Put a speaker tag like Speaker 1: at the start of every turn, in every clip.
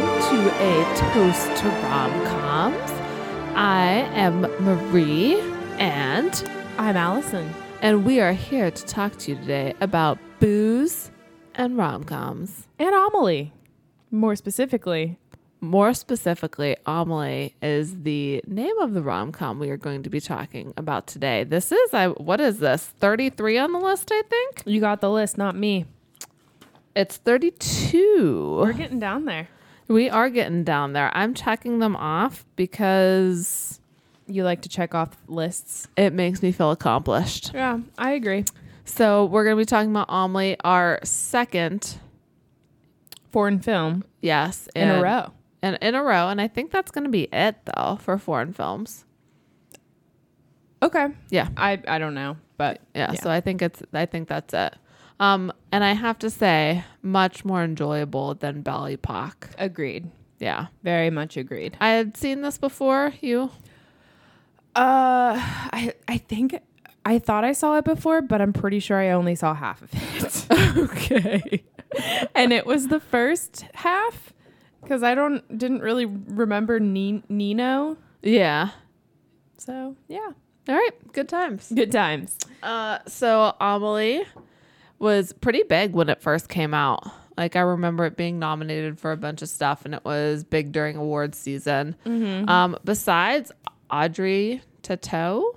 Speaker 1: a toast to rom-coms. I am Marie, and
Speaker 2: I'm Allison.
Speaker 1: and we are here to talk to you today about booze and rom-coms.
Speaker 2: And Amelie, more specifically.
Speaker 1: More specifically, Amelie is the name of the rom-com we are going to be talking about today. This is I what is this? 33 on the list, I think.
Speaker 2: You got the list, not me.
Speaker 1: It's 32.
Speaker 2: We're getting down there.
Speaker 1: We are getting down there. I'm checking them off because
Speaker 2: You like to check off lists.
Speaker 1: it makes me feel accomplished.
Speaker 2: Yeah, I agree.
Speaker 1: So we're going to be talking about Omni, our second,
Speaker 2: Foreign film
Speaker 1: yes,
Speaker 2: in a
Speaker 1: and-
Speaker 2: row.
Speaker 1: and in a row. And I think that's going to be it though for foreign films.
Speaker 2: Okay.
Speaker 1: Yeah.
Speaker 2: I, I don't know, but
Speaker 1: yeah, So I think it's I think that's it. Um, and I have to say, much more enjoyable than Belly Pock.
Speaker 2: agreed.
Speaker 1: Yeah,
Speaker 2: Very much agreed.
Speaker 1: I had seen this before. You?
Speaker 2: Uh, I I think I thought I saw it before, but I'm pretty sure I only saw half of it. okay. and it was the first half because I don't didn't really remember Ni- Nino.
Speaker 1: Yeah.
Speaker 2: So yeah,
Speaker 1: All right. Good times.
Speaker 2: good times.
Speaker 1: Uh, so Amelie was pretty big when it first came out. Like I remember it being nominated for a bunch of stuff, and it was big during awards season. Um, besides Audrey Tautou,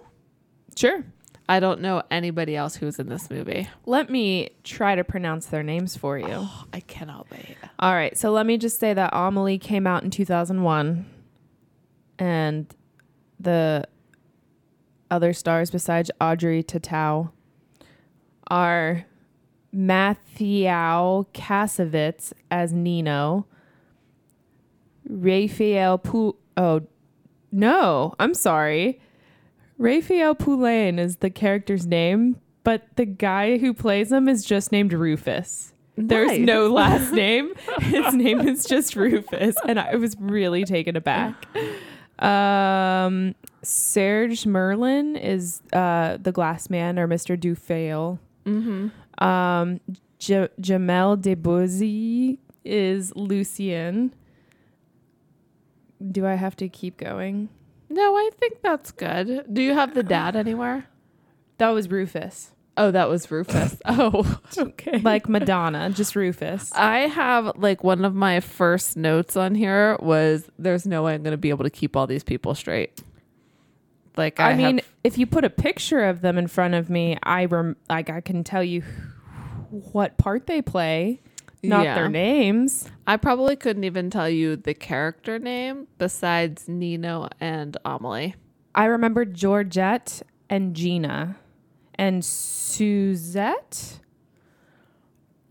Speaker 2: Sure.
Speaker 1: I don't know anybody else who's in this movie.
Speaker 2: Let me try to pronounce their names for you.
Speaker 1: Oh, I cannot wait.
Speaker 2: All right. So let me just say that Amelie came out in 2001, and the other stars besides Audrey Tatau are Matthew Kasovitz as Nino, Raphael Pou. Oh, no. I'm sorry. Raphael Poulain is the character's name, but the guy who plays him is just named Rufus. There's
Speaker 1: Nice.
Speaker 2: no last name. His name is just Rufus, and I was really taken aback. Um, Serge Merlin is uh, the glass man or Mr. Dufail. Mm-hmm. Um, J- Jamel Debbouze is Lucien. Do I have to keep going?
Speaker 1: No, I think that's good. Do you have the dad anywhere?
Speaker 2: That was Rufus.
Speaker 1: Oh, that was Rufus. oh, okay.
Speaker 2: Like Madonna, just Rufus.
Speaker 1: I have like one of my first notes on here was there's no way I'm going to be able to keep all these people straight. Like I,
Speaker 2: I mean,
Speaker 1: have-
Speaker 2: if you put a picture of them in front of me, I rem- like I can tell you what part they play, not
Speaker 1: Yeah.
Speaker 2: their names.
Speaker 1: I probably couldn't even tell you the character name besides Nino and Amelie.
Speaker 2: I remember Georgette and Gina and Suzette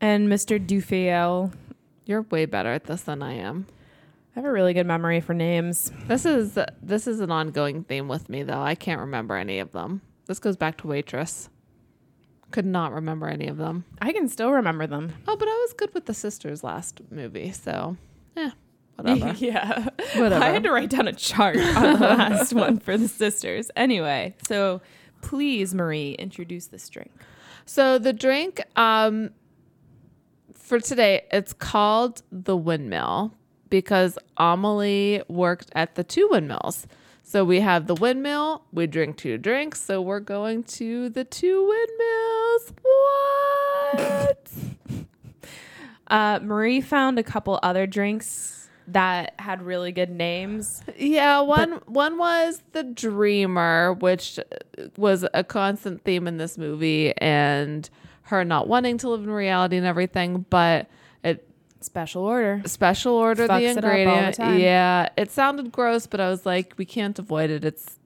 Speaker 2: and Mr. Dufail.
Speaker 1: You're way better at this than I am.
Speaker 2: I have a really good memory for names.
Speaker 1: This is this is an ongoing theme with me though. I can't remember any of them. This goes back to waitress. Could not remember any of them.
Speaker 2: I can still remember them.
Speaker 1: Oh, but I was good with the sisters last movie, so yeah, whatever.
Speaker 2: yeah.
Speaker 1: Whatever.
Speaker 2: I had to write down a chart on the last one for the sisters. Anyway, so please, Marie, introduce this drink.
Speaker 1: So the drink um, for today, it's called the windmill because Amelie worked at the two windmills. So we have the windmill, we drink two drinks, so we're going to the two windmills. What?
Speaker 2: Uh, Marie found a couple other drinks that had really good names.
Speaker 1: yeah, one one was the dreamer, which was a constant theme in this movie and her not wanting to live in reality and everything, but it
Speaker 2: Special order.
Speaker 1: special order the
Speaker 2: Fucks it up all the
Speaker 1: ingredient.
Speaker 2: time.
Speaker 1: yeah, it sounded gross, but I was like, we can't avoid it. It's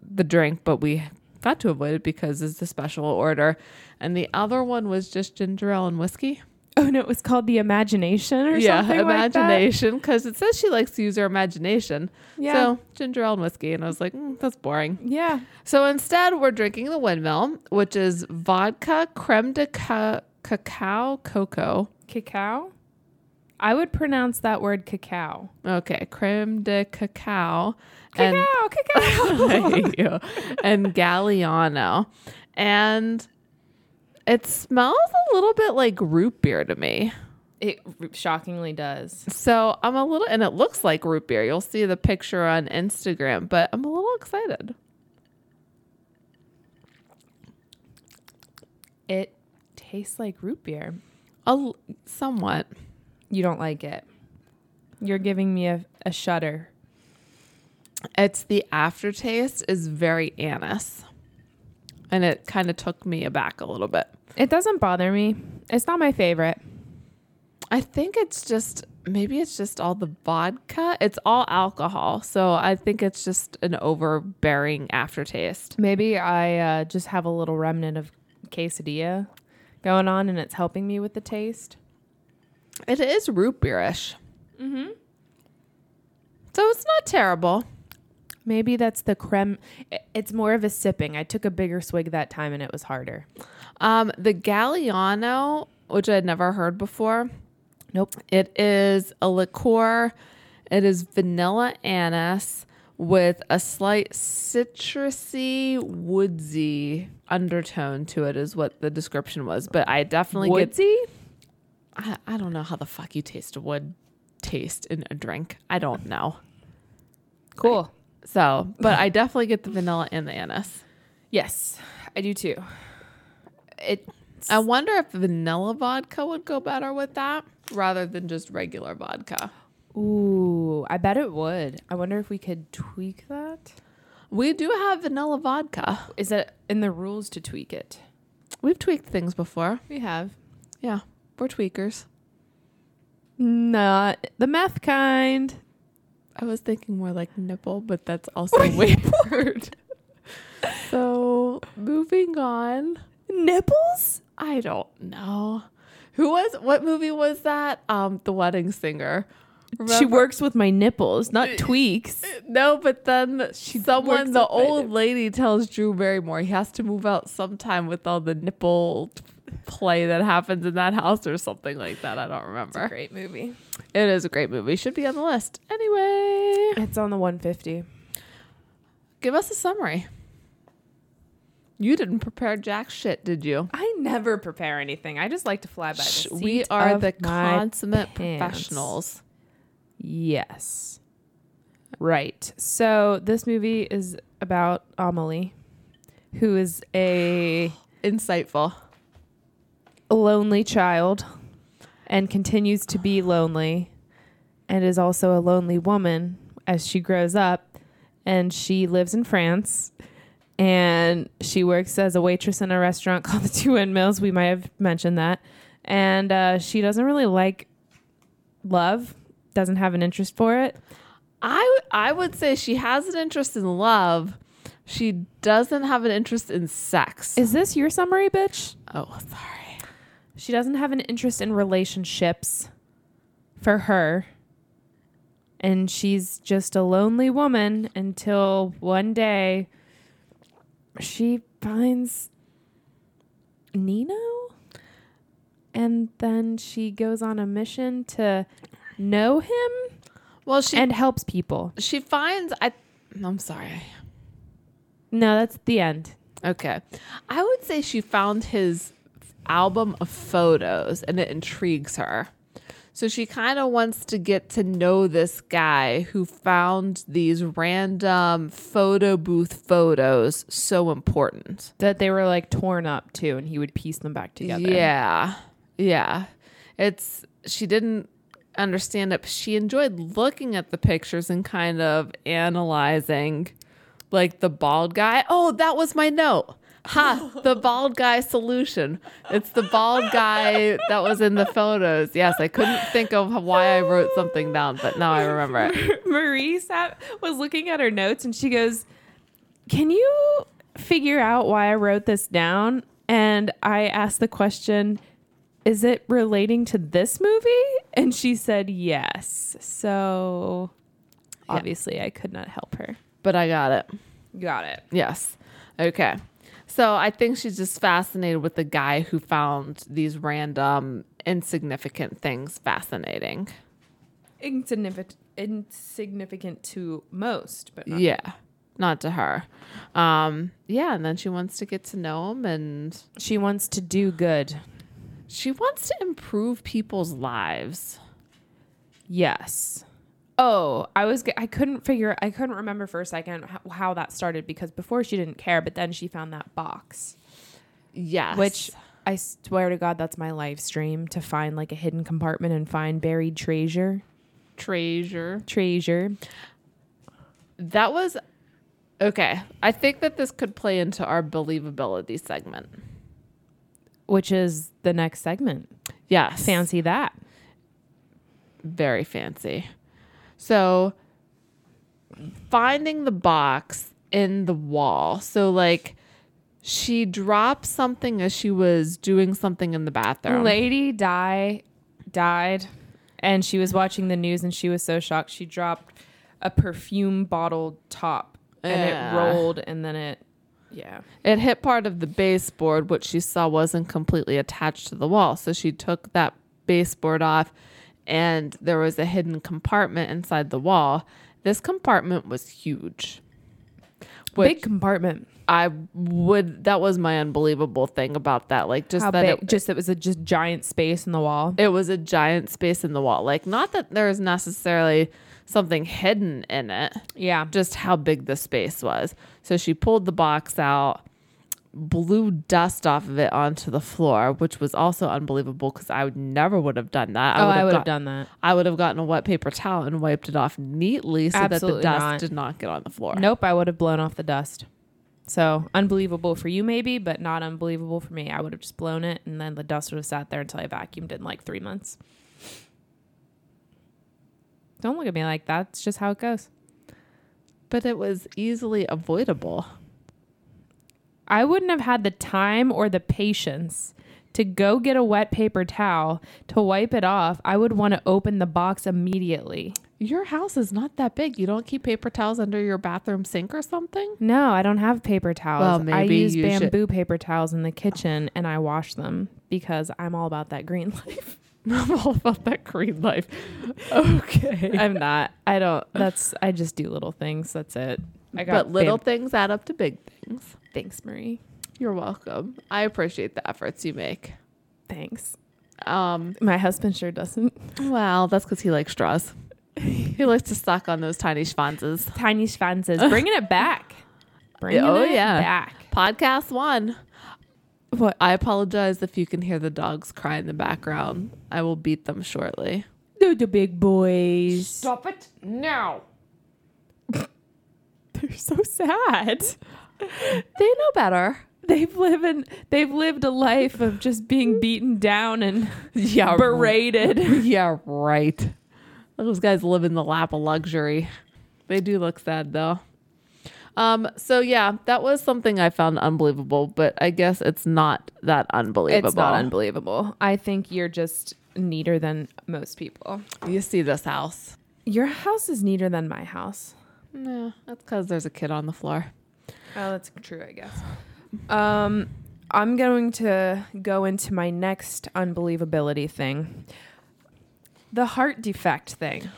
Speaker 1: the drink, but we got to avoid it because it's the special order. And the other one was just ginger ale and whiskey.
Speaker 2: Oh no, it was called the Imagination or something like that.
Speaker 1: imagination. Because it says she likes to use her imagination.
Speaker 2: Yeah.
Speaker 1: So ginger ale and whiskey, and I was like, mm, that's boring.
Speaker 2: Yeah.
Speaker 1: So instead, we're drinking the windmill, which is vodka, creme de ca- cacao, cocoa.
Speaker 2: Cacao? I would pronounce that word cacao.
Speaker 1: Okay, creme de cacao.
Speaker 2: Cacao, cacao.
Speaker 1: I hate you. And Galliano. And it smells a little bit like root beer to me.
Speaker 2: It r- shockingly does.
Speaker 1: So I'm a little, and it looks like root beer. You'll see the picture on Instagram, but I'm a little excited.
Speaker 2: It tastes like root beer.
Speaker 1: A l- somewhat.
Speaker 2: You don't like it. You're giving me a, a shudder.
Speaker 1: It's the aftertaste is very anise, and it kind of took me aback a little bit.
Speaker 2: It doesn't bother me. It's not my favorite.
Speaker 1: I think it's just maybe it's just all the vodka. It's all alcohol, so I think it's just an overbearing aftertaste.
Speaker 2: Maybe I uh, just have a little remnant of quesadilla going on and it's helping me with the taste.
Speaker 1: It is root beerish. Mm-hmm. So it's not terrible.
Speaker 2: Maybe that's the creme. i- It's more of a sipping. I took a bigger swig that time and it was harder.
Speaker 1: Um, the Galliano, which I had never heard before,
Speaker 2: Nope.
Speaker 1: it is a liqueur. It is vanilla anise with a slight citrusy, woodsy undertone to it, is what the description was. But I definitely get.
Speaker 2: Woodsy?
Speaker 1: I, I don't know how the fuck you taste a wood taste in a drink. I don't know.
Speaker 2: Cool.
Speaker 1: So, but I definitely get the vanilla and the anise.
Speaker 2: Yes, I do too. It
Speaker 1: I wonder if vanilla vodka would go better with that rather than just regular vodka.
Speaker 2: Ooh, I bet it would. I wonder if we could tweak that.
Speaker 1: We do have vanilla vodka.
Speaker 2: Is that in the rules to tweak it?
Speaker 1: We've tweaked things before.
Speaker 2: We have.
Speaker 1: Yeah, we're tweakers.
Speaker 2: Not the meth kind.
Speaker 1: I was thinking more like nipple, but that's also way weird. so moving on.
Speaker 2: Nipples?
Speaker 1: I don't know. Who was what movie was that? Um, The Wedding Singer.
Speaker 2: She
Speaker 1: Remember-
Speaker 2: works with my nipples, not tweaks.
Speaker 1: No, but then
Speaker 2: works
Speaker 1: someone, the
Speaker 2: with my
Speaker 1: old lady, tells Drew Barrymore he has to move out sometime with all the nipple play that happens in that house or something like that. I don't remember.
Speaker 2: Great movie.
Speaker 1: It is a great movie. Should be on the list. Anyway,
Speaker 2: It's on the 150.
Speaker 1: give us a summary. You didn't prepare jack shit, did you?
Speaker 2: I never prepare anything. I just like to fly by the
Speaker 1: Sh-
Speaker 2: seat
Speaker 1: we are
Speaker 2: of
Speaker 1: the
Speaker 2: my
Speaker 1: consummate
Speaker 2: pants.
Speaker 1: professionals.
Speaker 2: Yes. Right. So this movie is about Amelie, who is a
Speaker 1: Insightful.
Speaker 2: lonely child and continues to be lonely and is also a lonely woman as she grows up and she lives in France and she works as a waitress in a restaurant called the Two Windmills. We might have mentioned that. And uh, she doesn't really like love, doesn't have an interest for it.
Speaker 1: I I would say she has an interest in love. She doesn't have an interest in sex.
Speaker 2: Is this your summary, bitch?
Speaker 1: oh, sorry.
Speaker 2: She doesn't have an interest in relationships for her. And she's just a lonely woman until one day she finds Nino. And then she goes on a mission to know him
Speaker 1: Well, she
Speaker 2: and helps people.
Speaker 1: she finds I I'm sorry.
Speaker 2: No, that's the end.
Speaker 1: Okay. I would say she found his album of photos and it intrigues her. So she kind of wants to get to know this guy who found these random photo booth photos so important.
Speaker 2: That they were like torn up too, and he would piece them back together.
Speaker 1: Yeah. Yeah. It's she didn't understand it. but She enjoyed looking at the pictures and kind of analyzing like the bald guy. Oh, that was my note. Ha, the bald guy solution. It's the bald guy that was in the photos. Yes, I couldn't think of why I wrote something down, but now I remember it.
Speaker 2: Marie sat, was looking at her notes and she goes, Can you figure out why I wrote this down? And I asked the question, Is it relating to this movie? And she said, Yes. So obviously, I could not help her.
Speaker 1: But I got it.
Speaker 2: Got it.
Speaker 1: Yes. Okay. So I think she's just fascinated with the guy who found these random insignificant things fascinating.
Speaker 2: Insignificant, insignificant to most, but
Speaker 1: Yeah. Not to her. Um, yeah, and then she wants to get to know him and
Speaker 2: she wants to do good.
Speaker 1: She wants to improve people's lives.
Speaker 2: Yes. Oh, I was g- I couldn't figure I couldn't remember for a second how, how that started because before she didn't care, but then she found that box,
Speaker 1: Yes.
Speaker 2: which I swear to God, that's my live stream to find like a hidden compartment and find buried treasure.
Speaker 1: treasure.
Speaker 2: Treasure.
Speaker 1: That was okay. I think that this could play into our believability segment.
Speaker 2: which is the next segment.
Speaker 1: Yes.
Speaker 2: Fancy that.
Speaker 1: Very fancy. So finding the box in the wall. So like she dropped something as she was doing something in the bathroom.
Speaker 2: Lady Di died, and she was watching the news, and she was so shocked. She dropped a perfume bottle top, and
Speaker 1: Yeah.
Speaker 2: it rolled, and then it, yeah,
Speaker 1: It hit part of the baseboard, which she saw wasn't completely attached to the wall. So she took that baseboard off, and there was a hidden compartment inside the wall. This compartment was huge. Which
Speaker 2: big compartment.
Speaker 1: I would, that was my unbelievable thing about that. Like, just
Speaker 2: How
Speaker 1: that
Speaker 2: big?
Speaker 1: it,
Speaker 2: just it was a just giant space in the wall.
Speaker 1: it was a giant space in the wall. Like, not that there's necessarily something hidden in it.
Speaker 2: Yeah,
Speaker 1: just how big the space was. So she pulled the box out, blew dust off of it onto the floor, which was also unbelievable because I would never would have done that.
Speaker 2: oh, I would
Speaker 1: got-
Speaker 2: have done that.
Speaker 1: I would have gotten a wet paper towel and wiped it off neatly so
Speaker 2: Absolutely
Speaker 1: that the dust
Speaker 2: not.
Speaker 1: did not get on the floor.
Speaker 2: Nope, I would have blown off the dust. So unbelievable for you, maybe, but not unbelievable for me. I would have just blown it, and then the dust would have sat there until I vacuumed in like three months. Don't look at me like that. It's just how it goes.
Speaker 1: But it was easily avoidable.
Speaker 2: I wouldn't have had the time or the patience to go get a wet paper towel to wipe it off. I would want to open the box immediately.
Speaker 1: Your house is not that big. You don't keep paper towels under your bathroom sink or something?
Speaker 2: No, I don't have paper towels.
Speaker 1: Well,
Speaker 2: I
Speaker 1: maybe
Speaker 2: use
Speaker 1: you should-
Speaker 2: bamboo paper towels in the kitchen and I wash them because I'm all about that green life.
Speaker 1: I'm all about that green life. Okay.
Speaker 2: I'm not. I don't. That's. I just do little things. That's it. I got
Speaker 1: But little
Speaker 2: bam-
Speaker 1: things add up to big things.
Speaker 2: thanks, Marie.
Speaker 1: You're welcome. I appreciate the efforts you make.
Speaker 2: Thanks.
Speaker 1: Um,
Speaker 2: My husband sure doesn't.
Speaker 1: well, that's because he likes straws. he likes to suck on those tiny schwanzes.
Speaker 2: Tiny Schwanz is bringing it back. Bringing
Speaker 1: Oh,
Speaker 2: it
Speaker 1: yeah.
Speaker 2: back.
Speaker 1: Podcast one.
Speaker 2: What?
Speaker 1: I apologize if you can hear the dogs cry in the background. I will beat them shortly.
Speaker 2: Do the big boys.
Speaker 1: Stop it now.
Speaker 2: They're so sad.
Speaker 1: They know better.
Speaker 2: They've lived in, They've lived a life of just being beaten down and
Speaker 1: Yeah.
Speaker 2: berated.
Speaker 1: yeah, right. Those guys live in the lap of luxury. They do look sad though. Um, so yeah, that was something I found unbelievable, but I guess it's not that unbelievable.
Speaker 2: It's not unbelievable. I think you're just neater than most people.
Speaker 1: You see this house.
Speaker 2: Your house is neater than my house.
Speaker 1: No, that's because there's a kid on the floor.
Speaker 2: Oh, that's true, I guess. Um, I'm going to go into my next unbelievability thing the heart defect thing.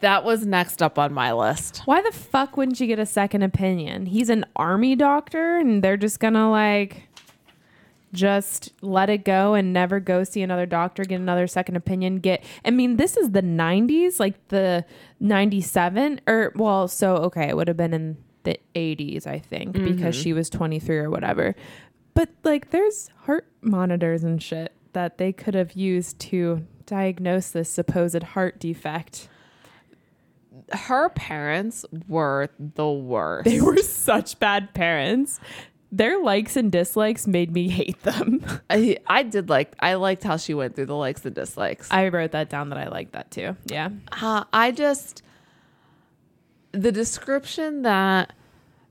Speaker 1: That was next up on my list.
Speaker 2: Why the fuck wouldn't you get a second opinion? He's an army doctor, and they're just gonna like just let it go and never go see another doctor, get another second opinion. Get, I mean, this is the 90s, like the 97 or well, so okay, it would have been in the 80s, I think, because she was 23 or whatever. But like, there's heart monitors and shit that they could have used to diagnose this supposed heart defect.
Speaker 1: Her parents were the worst.
Speaker 2: They were such bad parents. Their likes and dislikes made me hate them.
Speaker 1: I, I did like I liked how she went through the likes and dislikes.
Speaker 2: I wrote that down that I liked that too. Yeah.
Speaker 1: Uh, I just the description that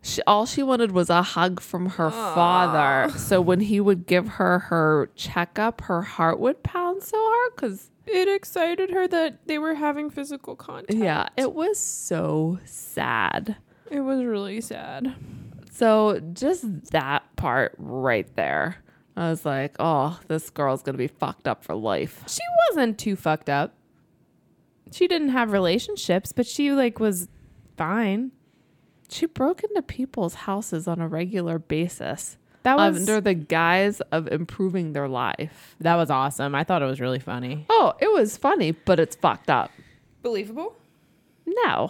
Speaker 1: she, all she wanted was a hug from her father. So when he would give her her checkup, her heart would pound so hard because
Speaker 2: It excited her that they were having physical contact.
Speaker 1: yeah, it was so sad.
Speaker 2: It was really sad.
Speaker 1: So just that part right there. I was like, oh, this girl's gonna be fucked up for life.
Speaker 2: She wasn't too fucked up. She didn't have relationships, but she like was fine.
Speaker 1: She broke into people's houses on a regular basis.
Speaker 2: That was
Speaker 1: under the guise of improving their life.
Speaker 2: that was awesome. I thought it was really funny.
Speaker 1: Oh, it was funny, but it's fucked up.
Speaker 2: Believable.
Speaker 1: No.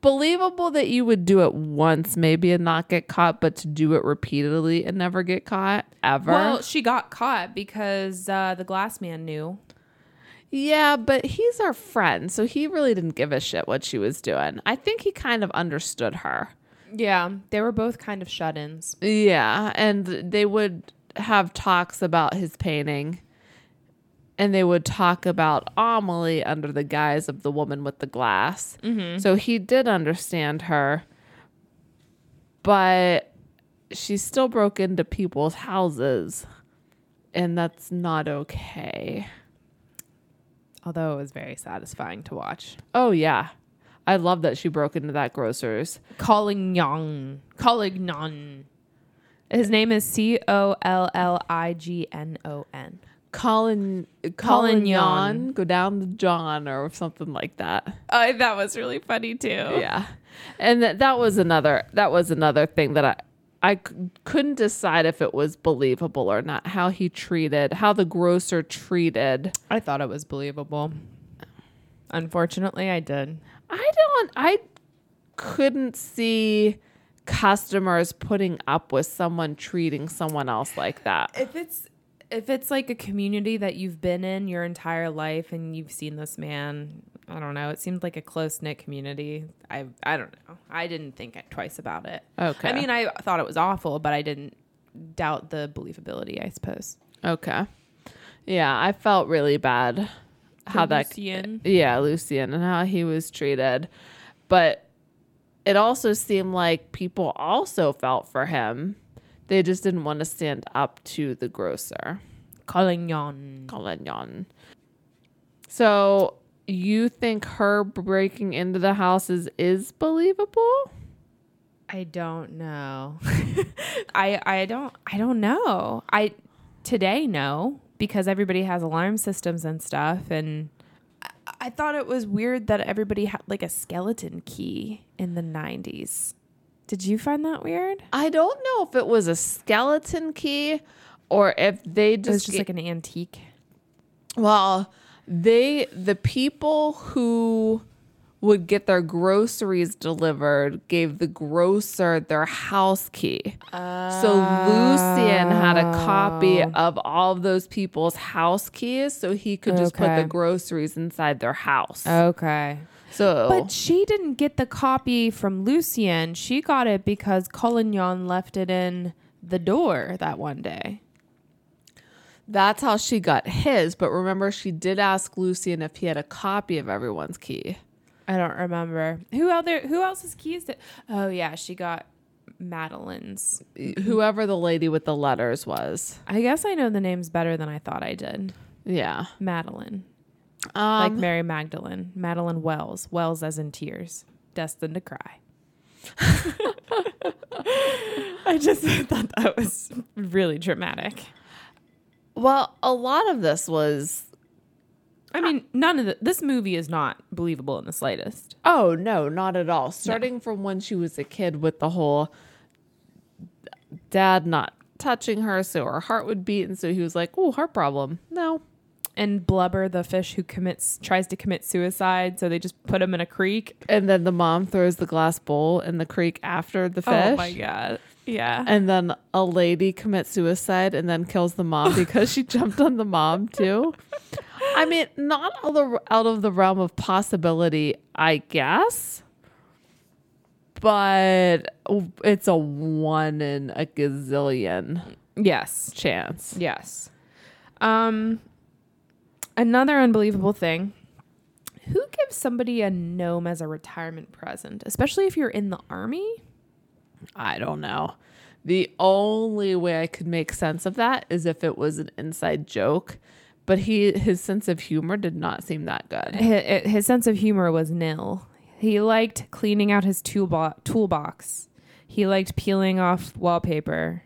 Speaker 1: Believable that you would do it once, maybe, and not get caught, but to do it repeatedly and never get caught ever.
Speaker 2: Well, she got caught because uh, the glass man knew.
Speaker 1: yeah, but he's our friend, so he really didn't give a shit what she was doing. I think he kind of understood her.
Speaker 2: Yeah, they were both kind of shut-ins.
Speaker 1: Yeah, and they would have talks about his painting. And they would talk about Amelie under the guise of the woman with the glass. So he did understand her, but she still broke into people's houses. And that's not okay.
Speaker 2: Although it was very satisfying to watch.
Speaker 1: Oh, yeah. I love that she broke into that grocer's.
Speaker 2: Calling Young. Calling None. His name is C O L L I G N O N.
Speaker 1: Colin, Colin
Speaker 2: Colin
Speaker 1: Yon, go down the John or something like that.
Speaker 2: Oh, that was really funny too.
Speaker 1: yeah and that that was another that was another thing that i I c- couldn't decide if it was believable or not how he treated how the grocer treated
Speaker 2: I thought it was believable. Unfortunately, I did.
Speaker 1: i don't i couldn't see customers putting up with someone treating someone else like that
Speaker 2: If it's if it's like a community that you've been in your entire life and you've seen this man, I don't know. It seemed like a close knit community. I I don't know. I didn't think twice about it.
Speaker 1: Okay.
Speaker 2: I mean, I thought it was awful, but I didn't doubt the believability. I suppose.
Speaker 1: okay yeah i felt really bad how that
Speaker 2: Lucian.
Speaker 1: yeah, Lucien and how he was treated. But it also seemed like people also felt for him. They just didn't want to stand up to the grocer,
Speaker 2: Collignon.
Speaker 1: Collignon. So you think her breaking into the houses is believable?
Speaker 2: I don't know. I I don't I don't know. I today no because everybody has alarm systems and stuff and I, I thought it was weird that everybody had like a skeleton key in the 90s. Did you find that weird?
Speaker 1: I don't know if it was a skeleton key or if they
Speaker 2: It was
Speaker 1: just,
Speaker 2: just like an antique.
Speaker 1: Well, they the people who would get their groceries delivered gave the grocer their house key. So Lucian had a copy of all of those people's house keys so he could just put
Speaker 2: Okay.
Speaker 1: the groceries inside their house.
Speaker 2: Okay.
Speaker 1: so
Speaker 2: But she didn't get the copy from Lucien. She got it because Collignon left it in the door that one day.
Speaker 1: that's how she got his, but remember she did ask Lucian if he had a copy of everyone's key.
Speaker 2: I don't remember who other who else's keys did. Oh yeah, she got Madeline's.
Speaker 1: Whoever the lady with the letters was.
Speaker 2: I guess I know the names better than I thought I did.
Speaker 1: Yeah.
Speaker 2: Madeline,
Speaker 1: Um,
Speaker 2: like Mary Magdalene, Madeline Wells, Wells as in tears, destined to cry. I just thought that was really dramatic.
Speaker 1: Well, a lot of this was
Speaker 2: I mean, none of the, this movie is not believable in the slightest.
Speaker 1: oh no, not at all. Starting from when she was a kid with the whole dad not touching her, so her heart would beat, and so he was like, "Oh, heart problem." No,
Speaker 2: And Blubber, the fish who commits tries to commit suicide, so they just put him in a creek.
Speaker 1: and then the mom throws the glass bowl in the creek after the fish.
Speaker 2: Oh my god! Yeah.
Speaker 1: And then a lady commits suicide and then kills the mom because she jumped on the mom too. I mean, not all the, out of the realm of possibility, I guess. But it's a one in a gazillion
Speaker 2: Yes.
Speaker 1: chance.
Speaker 2: Yes. Um another unbelievable thing. Who gives somebody a gnome as a retirement present, especially if you're in the army?
Speaker 1: I don't know. The only way I could make sense of that is if it was an inside joke, but he his sense of humor did not seem that good.
Speaker 2: His, his sense of humor was nil. He liked cleaning out his toolbo- toolbox. He liked peeling off wallpaper.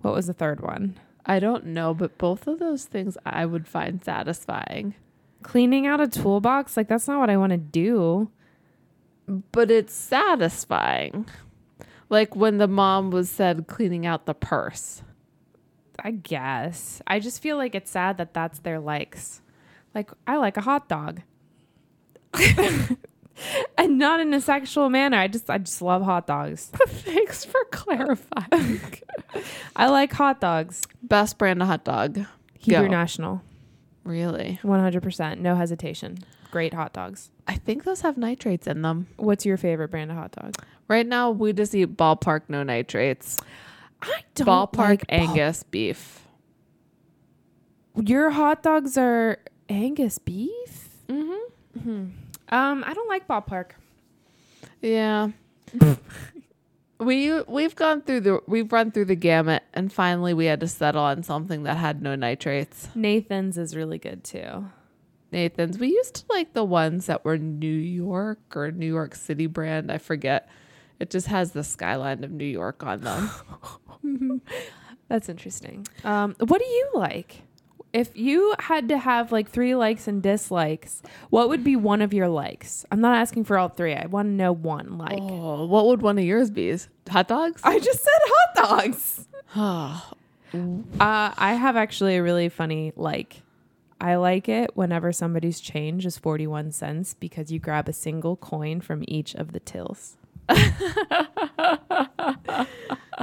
Speaker 2: What was the third one?
Speaker 1: I don't know, but both of those things I would find satisfying.
Speaker 2: Cleaning out a toolbox? Like that's not what I want to do.
Speaker 1: But it's satisfying. Like when the mom was said cleaning out the purse.
Speaker 2: I guess. I just feel like it's sad that that's their likes. Like, I like a hot dog. and not in a sexual manner. I just I just love hot dogs.
Speaker 1: Thanks for clarifying.
Speaker 2: I like hot dogs.
Speaker 1: Best brand of hot dog.
Speaker 2: Hebrew
Speaker 1: Go.
Speaker 2: National.
Speaker 1: Really?
Speaker 2: 100%. No hesitation. Great hot dogs.
Speaker 1: I think those have nitrates in them.
Speaker 2: What's your favorite brand of hot dog?
Speaker 1: Right now, we just eat ballpark no nitrates.
Speaker 2: I don't
Speaker 1: ballpark
Speaker 2: like ball-
Speaker 1: Angus beef.
Speaker 2: Your hot dogs are Angus beef?
Speaker 1: Mm-hmm.
Speaker 2: Um, I don't like ballpark.
Speaker 1: Yeah. we we've gone through the we've run through the gamut, and finally we had to settle on something that had no nitrates.
Speaker 2: Nathan's is really good too.
Speaker 1: Nathan's. We used to like the ones that were New York or New York City brand. I forget. It just has the skyline of New York on them.
Speaker 2: That's interesting. Um, what do you like? If you had to have like three likes and dislikes, what would be one of your likes? I'm not asking for all three. I want to know one like.
Speaker 1: oh, what would one of yours be? Hot dogs?
Speaker 2: I just said hot dogs.
Speaker 1: Oh,
Speaker 2: Uh, I have actually a really funny like. I like it whenever somebody's change is 41 cents because you grab a single coin from each of the tills.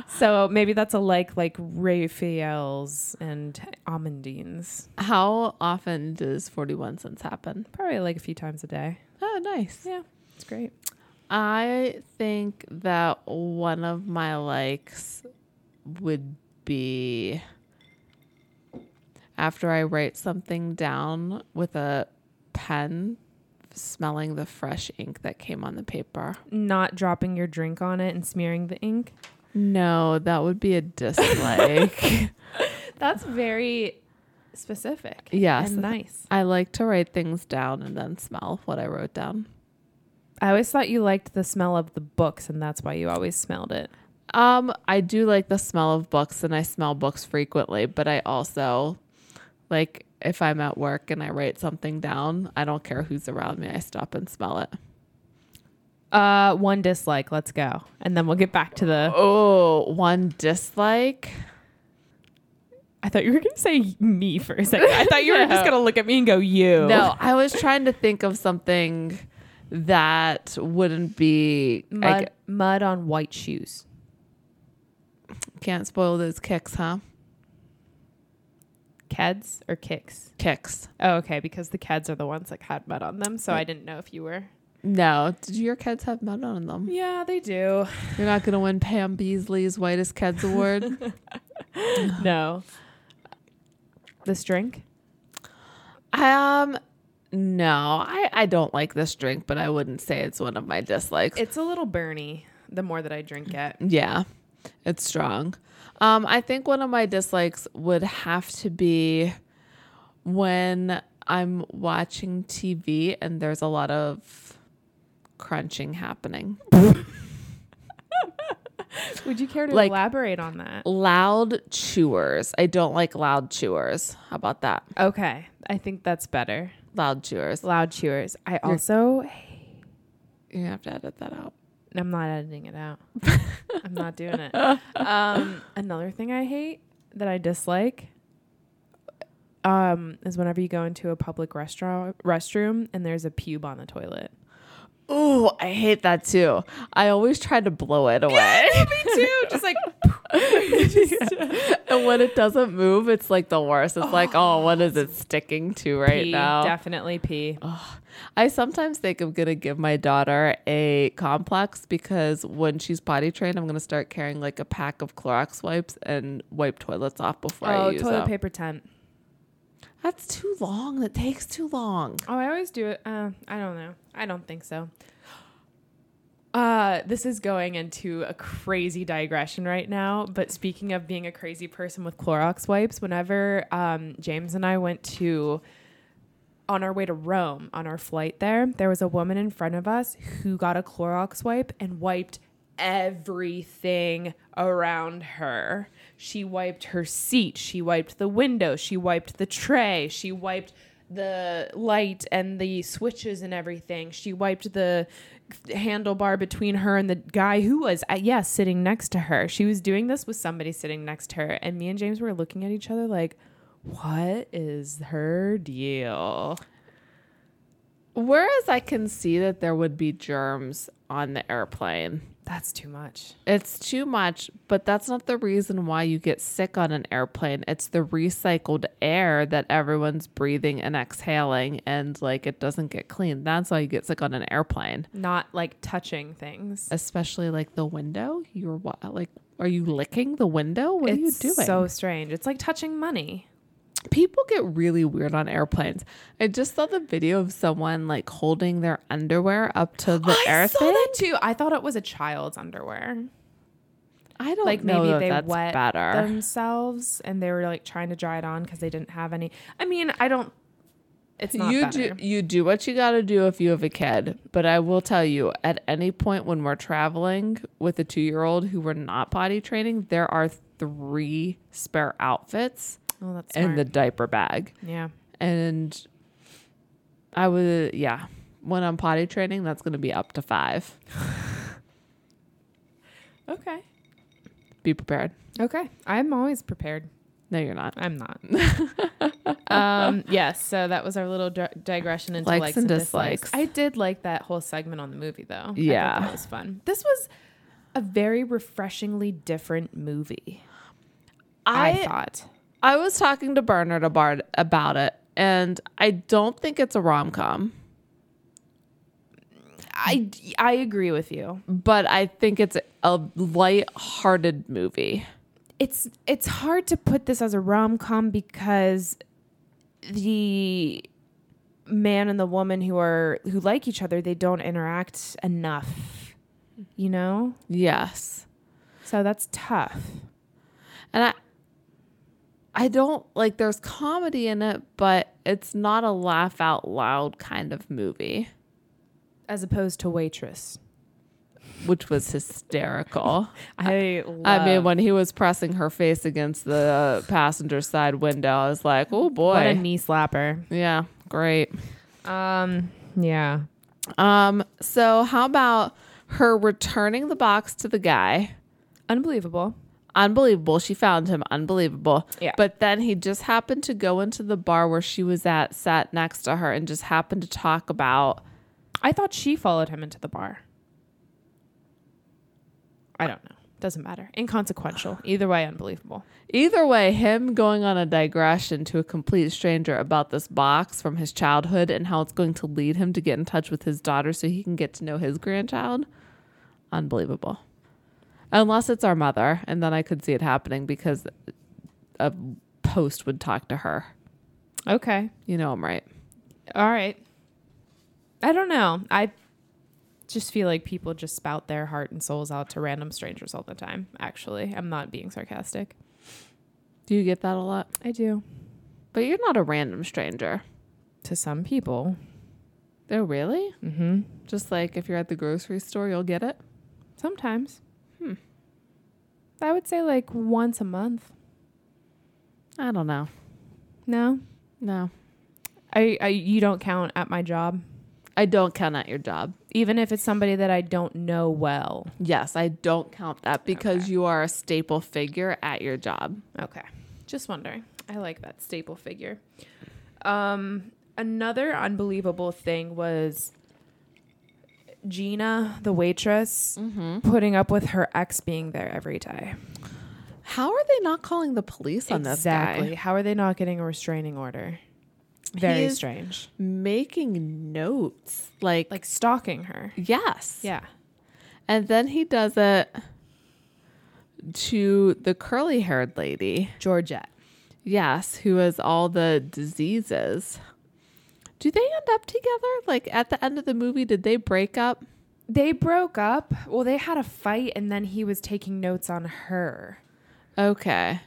Speaker 2: so maybe that's a like like Raphael's and Amandine's.
Speaker 1: how often does forty-one cents happen?
Speaker 2: Probably like a few times a day.
Speaker 1: Oh, nice.
Speaker 2: Yeah, it's great.
Speaker 1: I think that one of my likes would be after I write something down with a pen, smelling the fresh ink that came on the paper.
Speaker 2: Not dropping your drink on it and smearing the ink.
Speaker 1: No, that would be a dislike.
Speaker 2: That's very specific.
Speaker 1: Yes.
Speaker 2: And nice.
Speaker 1: I like to write things down and then smell what I wrote down.
Speaker 2: I always thought you liked the smell of the books and that's why you always smelled it.
Speaker 1: Um, I do like the smell of books and I smell books frequently, but I also like if I'm at work and I write something down, I don't care who's around me. I stop and smell it.
Speaker 2: Uh, one dislike. Let's go, and then we'll get back to the.
Speaker 1: Oh, one dislike.
Speaker 2: I thought you were gonna say me for a second. I thought you were
Speaker 1: No.
Speaker 2: just gonna look at me and go you.
Speaker 1: No, I was trying to think of something that wouldn't be I
Speaker 2: mud, mud on white shoes.
Speaker 1: c- can't spoil those kicks, huh?
Speaker 2: Keds or kicks?
Speaker 1: Kicks.
Speaker 2: Oh, okay, because the Keds are the ones that had mud on them, so I didn't know if you were.
Speaker 1: No. Did your kids have mud on them?
Speaker 2: Yeah, they do.
Speaker 1: You're not gonna win Pam Beasley's whitest kids award.
Speaker 2: no. This drink.
Speaker 1: Um, no, I, I don't like this drink, but I wouldn't say it's one of my dislikes.
Speaker 2: It's a little burny. The more that I drink it,
Speaker 1: yeah, it's strong. Um, I think one of my dislikes would have to be when I'm watching TV and there's a lot of crunching happening.
Speaker 2: would you care to
Speaker 1: Like-
Speaker 2: elaborate on that?
Speaker 1: Loud chewers. I don't like loud chewers. How about that?
Speaker 2: Okay, I think that's better.
Speaker 1: Loud chewers.
Speaker 2: Loud chewers. I also
Speaker 1: You're gonna have to edit that out.
Speaker 2: I'm not editing it out. I'm not doing it. Um, another thing I hate that I dislike um, is whenever you go into a public restaurant restroom and there's a pube on the toilet.
Speaker 1: Ooh, I hate that too. I always try to blow it away.
Speaker 2: Me too. Just like
Speaker 1: And when it doesn't move, it's like the worst. It's like, oh, what is it sticking to right
Speaker 2: pee,
Speaker 1: now?
Speaker 2: definitely pee.
Speaker 1: I sometimes think I'm gonna give my daughter a complex because when she's potty trained, I'm gonna start carrying like a pack of Clorox wipes and wipe toilets off before I
Speaker 2: oh,
Speaker 1: use
Speaker 2: toilet
Speaker 1: them.
Speaker 2: paper tent.
Speaker 1: That's too long. That takes too long.
Speaker 2: Oh, I always do it. Uh, I don't know. I don't think so. Uh, this is going into a crazy digression right now. But speaking of being a crazy person with Clorox wipes, whenever um, James and I went to on our way to Rome on our flight there, there was a woman in front of us who got a Clorox wipe and wiped everything around her. She wiped her seat, she wiped the window, she wiped the tray, she wiped the light and the switches and everything. She wiped the handlebar between her and the guy who was, uh, yeah, sitting next to her. She was doing this with somebody sitting next to her. And me and James were looking at each other like, what is her deal?
Speaker 1: Whereas I can see that there would be germs on the airplane.
Speaker 2: That's too much.
Speaker 1: It's too much, but that's not the reason why you get sick on an airplane. It's the recycled air that everyone's breathing and exhaling, and like it doesn't get clean. That's why you get sick on an airplane,
Speaker 2: Not like touching things.
Speaker 1: especially like the window. You're what? Like, are you licking the window? What
Speaker 2: it's
Speaker 1: are you doing?
Speaker 2: so strange. It's like touching money.
Speaker 1: people get really weird on airplanes. I just saw the video of someone like holding their underwear up to the air thing.
Speaker 2: too. I thought it was a child's underwear.
Speaker 1: I don't
Speaker 2: like
Speaker 1: know
Speaker 2: maybe
Speaker 1: that
Speaker 2: they
Speaker 1: that's
Speaker 2: wet
Speaker 1: better.
Speaker 2: themselves and they were like trying to dry it on because they didn't have any. I mean, I don't. It's not
Speaker 1: you
Speaker 2: better.
Speaker 1: do you do what you got to do if you have a kid but i will tell you at any point when we're traveling with a two-year-old who we're not potty training there are three spare outfits
Speaker 2: Oh, that's
Speaker 1: in the diaper bag
Speaker 2: smart. yeah.
Speaker 1: and i would yeah when i'm potty training that's going to be up to five
Speaker 2: Okay.
Speaker 1: be prepared
Speaker 2: Okay. I'm always prepared.
Speaker 1: no you're not
Speaker 2: I'm not. um. Yes. So that was our little di- digression into likes,
Speaker 1: Likes
Speaker 2: and
Speaker 1: and
Speaker 2: dislikes.
Speaker 1: dislikes.
Speaker 2: I did like that whole segment on the movie, though. I thought
Speaker 1: Yeah.
Speaker 2: that was fun. This was a very refreshingly different movie. I, thought.
Speaker 1: I was talking to Bernard about about it, and I don't think it's a rom com,
Speaker 2: I I agree with you.
Speaker 1: but I think it's a light-hearted movie.
Speaker 2: it's it's hard to put this as a rom com because the man and the woman who are who like each other they don't interact enough, you know.
Speaker 1: Yes,
Speaker 2: So that's tough.
Speaker 1: and I, I don't like. There's comedy in it, but it's not a laugh out loud kind of movie,
Speaker 2: As opposed to waitress,
Speaker 1: which was hysterical.
Speaker 2: I
Speaker 1: I mean, when he was pressing her face against the passenger side window, I was like, "Oh
Speaker 2: what a
Speaker 1: boy,
Speaker 2: knee slapper.
Speaker 1: yeah, great."
Speaker 2: Um, yeah.
Speaker 1: Um, so how about her returning the box to the guy?
Speaker 2: Unbelievable.
Speaker 1: Unbelievable. She found him. Unbelievable.
Speaker 2: Yeah.
Speaker 1: But then he just happened to go into the bar where she was at, sat next to her, and just happened to talk about.
Speaker 2: I thought she followed him into the bar. I don't know. Doesn't matter. Inconsequential. Either way, unbelievable.
Speaker 1: Either way, him going on a digression to a complete stranger about this box from his childhood and how it's going to lead him to get in touch with his daughter so he can get to know his grandchild. Unbelievable. Unless it's our mother, and then I could see it happening because a post would talk to her.
Speaker 2: Okay.
Speaker 1: You know I'm right.
Speaker 2: All right. I don't know. I just feel like people just spout their heart and souls out to random strangers all the time, actually. I'm not being sarcastic.
Speaker 1: Do you get that a lot?
Speaker 2: I do.
Speaker 1: But you're not a random stranger.
Speaker 2: To some people.
Speaker 1: Oh, really?
Speaker 2: Mm-hmm.
Speaker 1: Just like if you're at the grocery store, you'll get it?
Speaker 2: Sometimes.
Speaker 1: Hmm.
Speaker 2: I would say like once a month.
Speaker 1: I don't know.
Speaker 2: No.
Speaker 1: No.
Speaker 2: I, I you don't count at my job.
Speaker 1: I don't count at your job.
Speaker 2: Even if it's somebody that I don't know well.
Speaker 1: Yes, I don't count that because
Speaker 2: Okay.
Speaker 1: you are a staple figure at your job.
Speaker 2: Okay. Just wondering. I like that staple figure. Um, another unbelievable thing was Gina, the waitress, putting up with her ex being there every day.
Speaker 1: How are they not calling the police on
Speaker 2: exactly.
Speaker 1: this guy?
Speaker 2: How are they not getting a restraining order? Very
Speaker 1: He's-
Speaker 2: strange.
Speaker 1: Making notes. Like,
Speaker 2: Like stalking her.
Speaker 1: yes.
Speaker 2: Yeah.
Speaker 1: And then he does it to the curly haired lady.
Speaker 2: Georgette.
Speaker 1: Yes, who has all the diseases. Do they end up together? Like at the end of the movie, did they break up?
Speaker 2: They broke up. Well, they had a fight and then he was taking notes on her.
Speaker 1: Okay.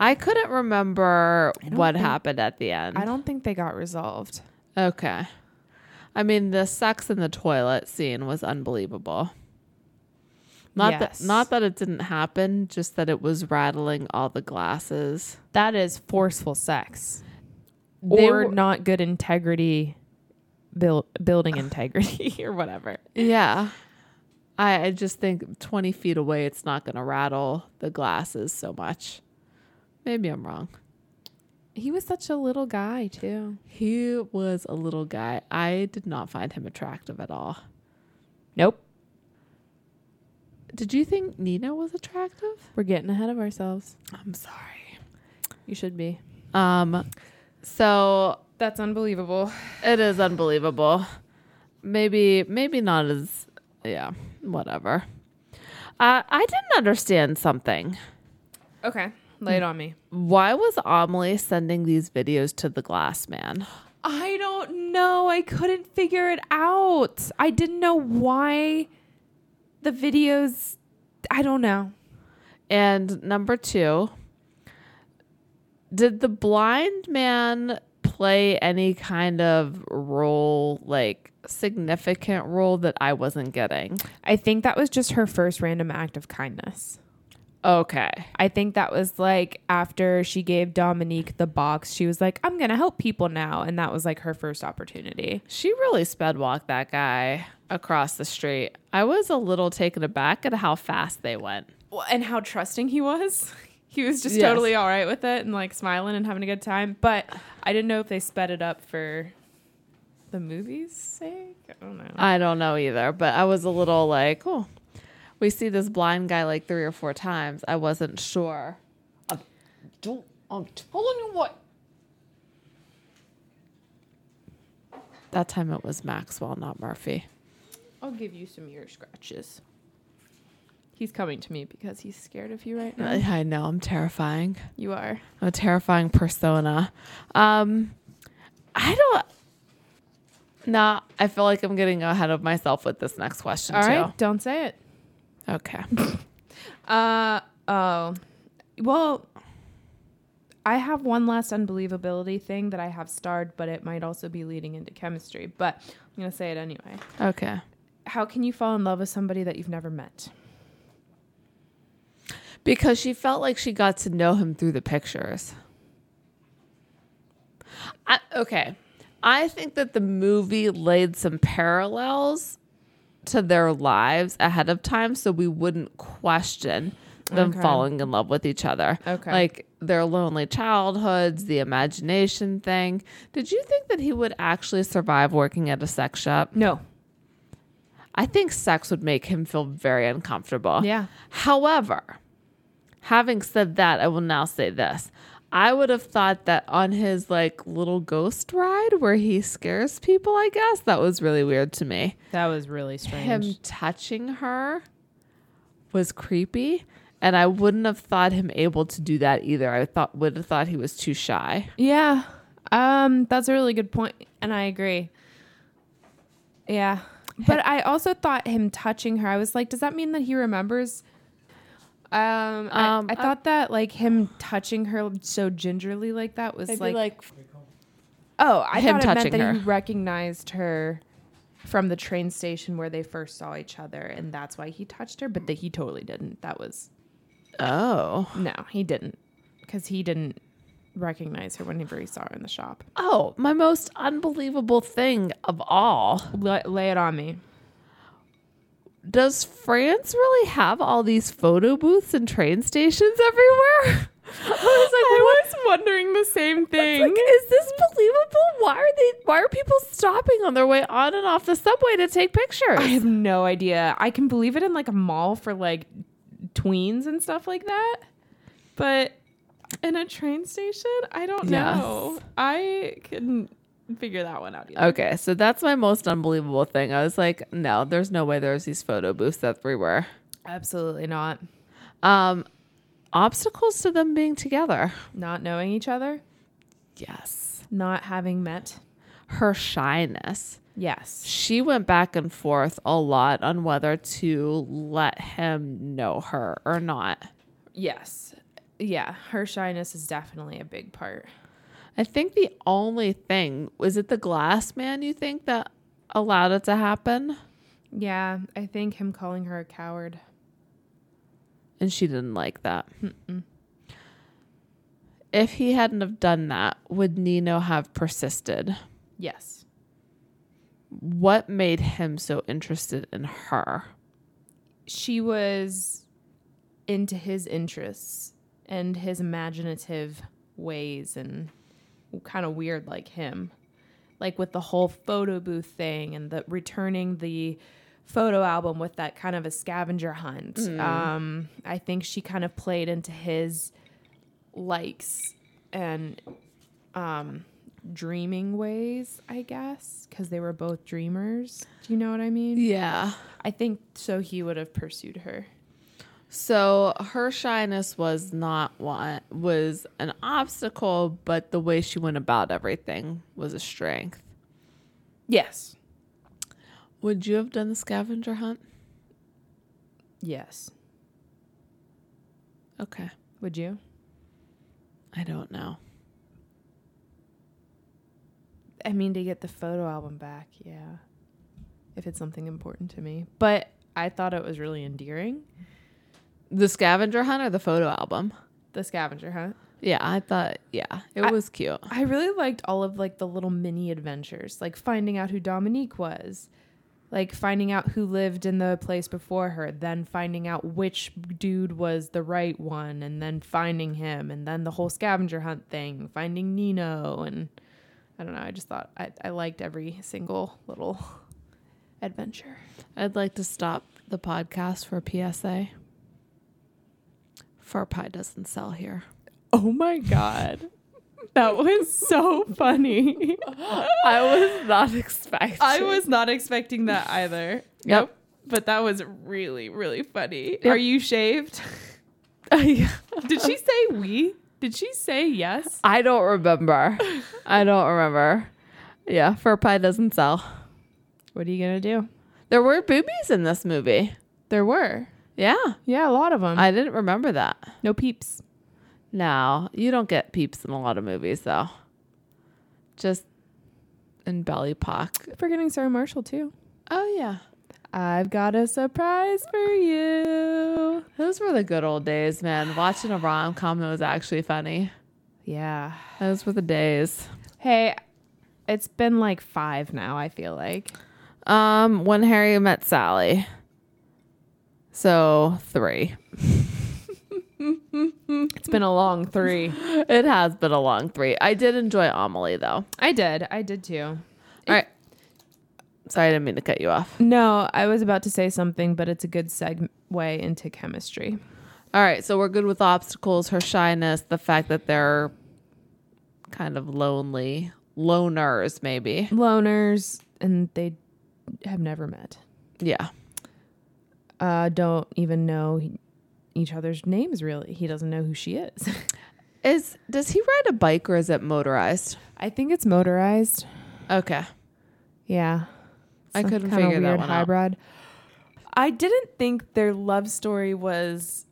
Speaker 1: I couldn't remember
Speaker 2: I don't
Speaker 1: what
Speaker 2: think-
Speaker 1: happened at the end.
Speaker 2: I don't think they got resolved.
Speaker 1: Okay. I mean, the sex in the toilet scene was unbelievable. Not
Speaker 2: Yes.
Speaker 1: that not that it didn't happen, just that it was rattling all the glasses.
Speaker 2: That is forceful sex.
Speaker 1: They
Speaker 2: or
Speaker 1: were-
Speaker 2: not good integrity, build, building integrity or whatever.
Speaker 1: Yeah. I, I just think 20 feet away, it's not going to rattle the glasses so much. Maybe I'm wrong.
Speaker 2: He was such a little guy too.
Speaker 1: He was a little guy. I did not find him attractive at all.
Speaker 2: Nope.
Speaker 1: Did you think Nina was attractive?
Speaker 2: We're getting ahead of ourselves.
Speaker 1: I'm sorry.
Speaker 2: You should be.
Speaker 1: Um, so
Speaker 2: That's unbelievable.
Speaker 1: it is unbelievable. Maybe, maybe not as, yeah, whatever. Uh, I didn't understand something.
Speaker 2: Okay. Lay it on me.
Speaker 1: Why was Amelie sending these videos to the glass man?
Speaker 2: I don't know. I couldn't figure it out. I didn't know why the videos. I don't know.
Speaker 1: And number two, did the blind man play any kind of role, like significant role that I wasn't getting?
Speaker 2: I think that was just her first random act of kindness.
Speaker 1: Okay.
Speaker 2: I think that was like after she gave Dominique the box, she was like, I'm going to help people now. And that was like her first opportunity.
Speaker 1: She really sped walked that guy across the street. I was a little taken aback at how fast they went.
Speaker 2: Well, and how trusting he was. He was just
Speaker 1: Yes.
Speaker 2: totally all right with it and like smiling and having a good time. But I didn't know if they sped it up for the movie's sake. I don't know.
Speaker 1: I don't know either, but I was a little like, oh, we see this blind guy like three or four times. I wasn't sure.
Speaker 3: Don't, I'm telling you what.
Speaker 1: That time it was Maxwell, not Murphy.
Speaker 2: I'll give you some ear scratches. He's coming to me because he's scared of you right now.
Speaker 1: Uh, I I know, I'm terrifying.
Speaker 2: You are.
Speaker 1: I'm a terrifying persona. Um, I don't. Nah, I feel like I'm getting ahead of myself with this next question
Speaker 2: All
Speaker 1: too.
Speaker 2: right, don't say it.
Speaker 1: Okay.
Speaker 2: Uh oh. Well, I have one last unbelievability thing that I have starred, but it might also be leading into chemistry. But I'm gonna say it anyway.
Speaker 1: Okay.
Speaker 2: How can you fall in love with somebody that you've never met?
Speaker 1: Because she felt like she got to know him through the pictures. I, okay. I think that the movie laid some parallels to their lives ahead of time so we wouldn't question them
Speaker 2: Okay.
Speaker 1: falling in love with each other.
Speaker 2: Okay.
Speaker 1: Like their lonely childhoods, the imagination thing. Did you think that he would actually survive working at a sex shop?
Speaker 2: No.
Speaker 1: I think sex would make him feel very uncomfortable.
Speaker 2: Yeah.
Speaker 1: However, having said that, I will now say this. I would have thought that on his like little ghost ride where he scares people, I guess that was really weird to me.
Speaker 2: That was really strange.
Speaker 1: Him touching her was creepy, and I wouldn't have thought him able to do that either. I thought would have thought he was too shy.
Speaker 2: Yeah. Um, that's a really good point, and I agree. Yeah. But I also thought him touching her, I was like, does that mean that he remembers? Um, I,
Speaker 1: Um,
Speaker 2: I
Speaker 1: I-
Speaker 2: thought that like him touching her so gingerly like that was like, oh, I
Speaker 1: Him
Speaker 2: thought it
Speaker 1: touching
Speaker 2: meant that
Speaker 1: her.
Speaker 2: he recognized her from the train station where they first saw each other, and that's why he touched her, but that he totally didn't. That was
Speaker 1: Oh.
Speaker 2: no, he didn't, because he didn't recognize her whenever he saw her in the shop.
Speaker 1: Oh, my most unbelievable thing of all.
Speaker 2: Lay, lay it on me.
Speaker 1: does France really have all these photo booths and train stations everywhere? I was like, what?
Speaker 2: wondering the same thing.
Speaker 1: Like, is this believable? Why are they? Why are people stopping on their way on and off the subway to take
Speaker 2: I
Speaker 1: pictures?
Speaker 2: have no idea. I can believe it in like a mall for like tweens and stuff like that, but in a train station, I don't
Speaker 1: Yes.
Speaker 2: know. I couldn't figure that one out either.
Speaker 1: Okay, so that's my most unbelievable thing. I was like, no, there's no way there's these photo booths everywhere.
Speaker 2: Absolutely not.
Speaker 1: Um, obstacles to them being together.
Speaker 2: Not knowing each other,
Speaker 1: Yes,
Speaker 2: not having met.
Speaker 1: her shyness.
Speaker 2: Yes.
Speaker 1: she went back and forth a lot on whether to let him know her or not.
Speaker 2: Yes. Yeah, her shyness is definitely a big part.
Speaker 1: I think the only thing was it the glass man you think that allowed it to happen?
Speaker 2: Yeah, I think him calling her a coward.
Speaker 1: And she didn't like that. if he hadn't have done that, would Nino have persisted?
Speaker 2: Yes.
Speaker 1: What made him so interested in her?
Speaker 2: She was into his interests and his imaginative ways and kind of weird like him. Like with the whole photo booth thing and the returning the photo album with that kind of a scavenger hunt. Um, I think she kind of played into his likes and um, dreaming ways, I guess, because they were both dreamers. Do you know what I mean?
Speaker 1: Yeah.
Speaker 2: I think so. He would have pursued her.
Speaker 1: So her shyness was not one was an obstacle, but the way she went about everything was a strength.
Speaker 2: Yes.
Speaker 1: Would you have done the scavenger hunt?
Speaker 2: Yes.
Speaker 1: Okay.
Speaker 2: Would you?
Speaker 1: I don't know.
Speaker 2: I mean, to get the photo album back, yeah. If it's something important to me. But I thought it was really endearing.
Speaker 1: The scavenger hunt or the photo album?
Speaker 2: The scavenger hunt.
Speaker 1: Yeah, I thought yeah, it
Speaker 2: I-
Speaker 1: was cute.
Speaker 2: I really liked all of like the little mini adventures, like finding out who Dominique was, like finding out who lived in the place before her, then finding out which dude was the right one, and then finding him, and then the whole scavenger hunt thing, finding Nino, and I don't know. I just thought I, I liked every single little adventure.
Speaker 1: I'd like to stop the podcast for a PSA. Fur pie doesn't sell here.
Speaker 2: Oh my god. That was so funny.
Speaker 1: I was not expecting.
Speaker 2: I was not expecting that either.
Speaker 1: Yep.
Speaker 2: But that was really, really funny.
Speaker 1: Yep.
Speaker 2: Are you shaved? Did she say we? Did she say yes?
Speaker 1: I don't remember. I don't remember. Yeah, fur pie doesn't sell.
Speaker 2: What are you going to do?
Speaker 1: There were boobies in this movie. Um,
Speaker 2: There were.
Speaker 1: Yeah,
Speaker 2: Yeah, a lot of them.
Speaker 1: I didn't remember that.
Speaker 2: no peeps.
Speaker 1: No, you don't get peeps in a lot of movies though. Just in belly pock.
Speaker 2: Forgetting Sarah Marshall, too.
Speaker 1: Oh yeah,
Speaker 2: I've got a surprise for you.
Speaker 1: those were the good old days, man. Watching a rom com that was actually funny.
Speaker 2: Yeah.
Speaker 1: Those were the days.
Speaker 2: Hey, it's been like five now, I feel like.
Speaker 1: Um, when Harry met Sally. So three.
Speaker 2: It's been a long three.
Speaker 1: It has been a long three. I did enjoy Amelie though.
Speaker 2: I did. I did too.
Speaker 1: All right. Sorry, I didn't mean to cut you off.
Speaker 2: No, I was about to say something, but it's a good segue into chemistry.
Speaker 1: All right, so we're good with obstacles, her shyness, the fact that they're kind of lonely, loners, maybe.
Speaker 2: Loners, and they have never met.
Speaker 1: Yeah.
Speaker 2: Uh, don't even know each other's names, really. He doesn't know who she is.
Speaker 1: Is does he ride a bike or is it motorized?
Speaker 2: I think it's motorized.
Speaker 1: Okay.
Speaker 2: Yeah.
Speaker 1: I
Speaker 2: Some
Speaker 1: couldn't
Speaker 2: kinda
Speaker 1: figure that
Speaker 2: weird
Speaker 1: one out.
Speaker 2: hybrid. I didn't think their love story was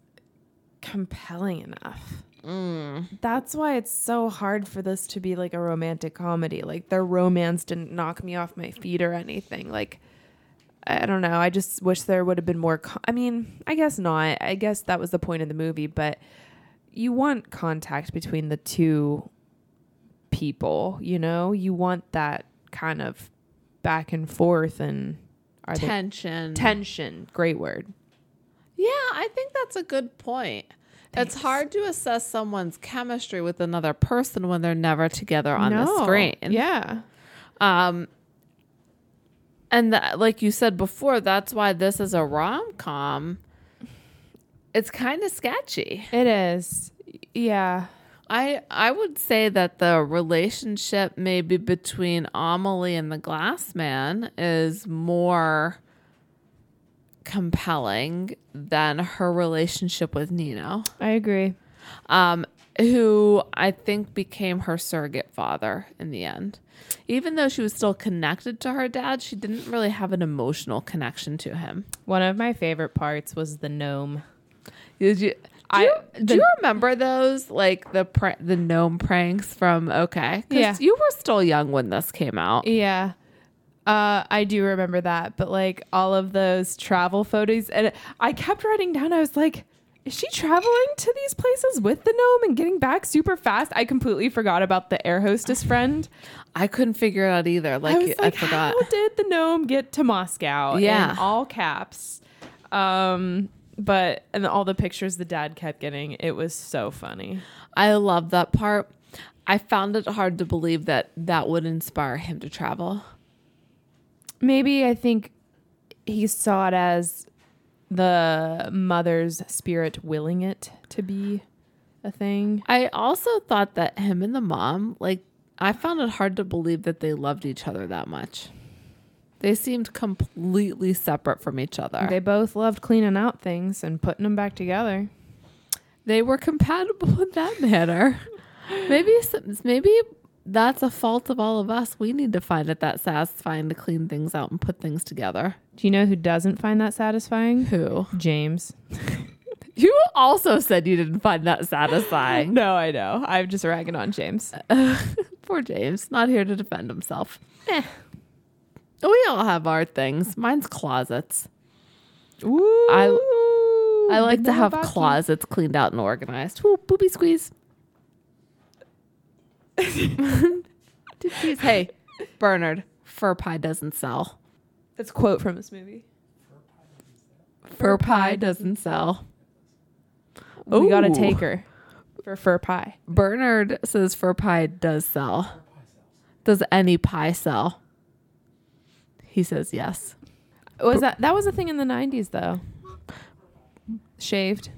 Speaker 2: compelling enough.
Speaker 1: Mm,
Speaker 2: That's why it's so hard for this to be like a romantic comedy. Like their romance didn't knock me off my feet or anything. Like I don't know. I just wish there would have been more. co I mean, I guess not. I guess that was the point of the movie, but you want contact between the two people, you know? You want that kind of back and forth and are they
Speaker 1: Tension.
Speaker 2: tension. Great word.
Speaker 1: Yeah, I think that's a good point. It's hard to assess someone's chemistry with another person when they're never together on the screen.
Speaker 2: Yeah.
Speaker 1: Um, and that, like you said before, that's why this is a rom com. It's kind of sketchy.
Speaker 2: It is. Yeah.
Speaker 1: I I would say that the relationship maybe between Amelie and the Glass Man is more compelling than her relationship with Nino,
Speaker 2: I agree.
Speaker 1: um, who I think became her surrogate father in the end. Even though she was still connected to her dad, she didn't really have an emotional connection to him.
Speaker 2: One of my favorite parts was the gnome.
Speaker 1: Did you? Do
Speaker 2: I-
Speaker 1: you, do
Speaker 2: the-
Speaker 1: you remember those like the pr- the gnome pranks from okay? 'Cause
Speaker 2: Yeah.
Speaker 1: you were still young when this came out.
Speaker 2: Yeah. Uh, I do remember that, but like all of those travel photos, and I kept writing down. I was like, Is she traveling to these places with the gnome and getting back super fast? I completely forgot about the air hostess friend.
Speaker 1: I couldn't figure it out either. Like
Speaker 2: I
Speaker 1: I,
Speaker 2: was like,
Speaker 1: I forgot.
Speaker 2: how did the gnome get to Moscow?
Speaker 1: Yeah.
Speaker 2: in all caps. Um, but and all the pictures the dad kept getting, it was so funny.
Speaker 1: I love that part. I found it hard to believe that that would inspire him to travel.
Speaker 2: Maybe I think he saw it as the mother's spirit willing it to be a thing.
Speaker 1: I also thought that him and the mom, like, I found it hard to believe that they loved each other that much. They seemed completely separate from each other.
Speaker 2: They both loved cleaning out things and putting them back together.
Speaker 1: they were compatible in that manner. maybe some, maybe that's a fault of all of us. We need to find it that satisfying to clean things out and put things together.
Speaker 2: Do you know who doesn't find that satisfying?
Speaker 1: Who?
Speaker 2: James.
Speaker 1: You also said you didn't find that satisfying.
Speaker 2: No, I know. I'm just ragging on James.
Speaker 1: Poor James, not here to defend himself. We all have our things. Mine's closets.
Speaker 2: Ooh,
Speaker 1: I like to have
Speaker 2: Baki.
Speaker 1: closets cleaned out and organized. Woo, booby squeeze. Did you- hey, Bernard, fur pie doesn't sell.
Speaker 2: That's a quote from this movie.
Speaker 1: Fur pie doesn't sell.
Speaker 2: We gotta
Speaker 1: Ooh.
Speaker 2: take her for fur pie.
Speaker 1: Bernard says fur pie does sell. Does any pie sell? He says yes.
Speaker 2: Was that that was a thing in the '90s though? Shaved.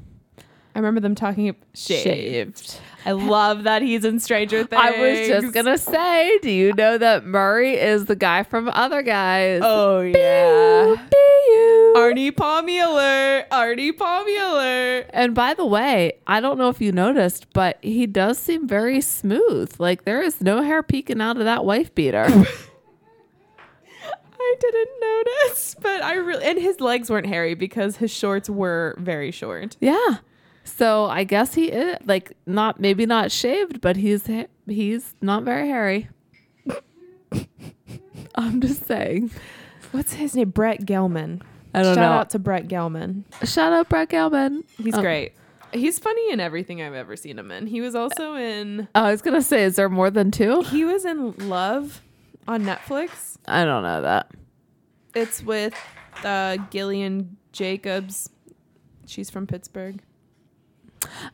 Speaker 2: I remember them talking ab- shaved. I love that he's in Stranger Things.
Speaker 1: I was just gonna say, do you know that Murray is the guy from Other Guys?
Speaker 2: Oh
Speaker 1: Boo,
Speaker 2: yeah.
Speaker 1: boo.
Speaker 2: Arnie Palmy alert! Arnie Palmy alert!
Speaker 1: And by the way, I don't know if you noticed, but he does seem very smooth. Like there is no hair peeking out of that wife beater.
Speaker 2: I didn't notice, but I really and his legs weren't hairy because his shorts were very short.
Speaker 1: yeah. So I guess he is like not maybe not shaved, but he's ha- he's not very hairy. I'm just saying.
Speaker 2: What's his name? Brett Gelman.
Speaker 1: I don't
Speaker 2: Shout
Speaker 1: know.
Speaker 2: out to Brett Gelman.
Speaker 1: Shout out Brett Gelman.
Speaker 2: He's
Speaker 1: Um,
Speaker 2: great. He's funny in everything I've ever seen him in. He was also in
Speaker 1: Oh, I was gonna say, is there more than two?
Speaker 2: he was in Love on Netflix.
Speaker 1: I don't know that.
Speaker 2: It's with uh, Gillian Jacobs. She's from Pittsburgh.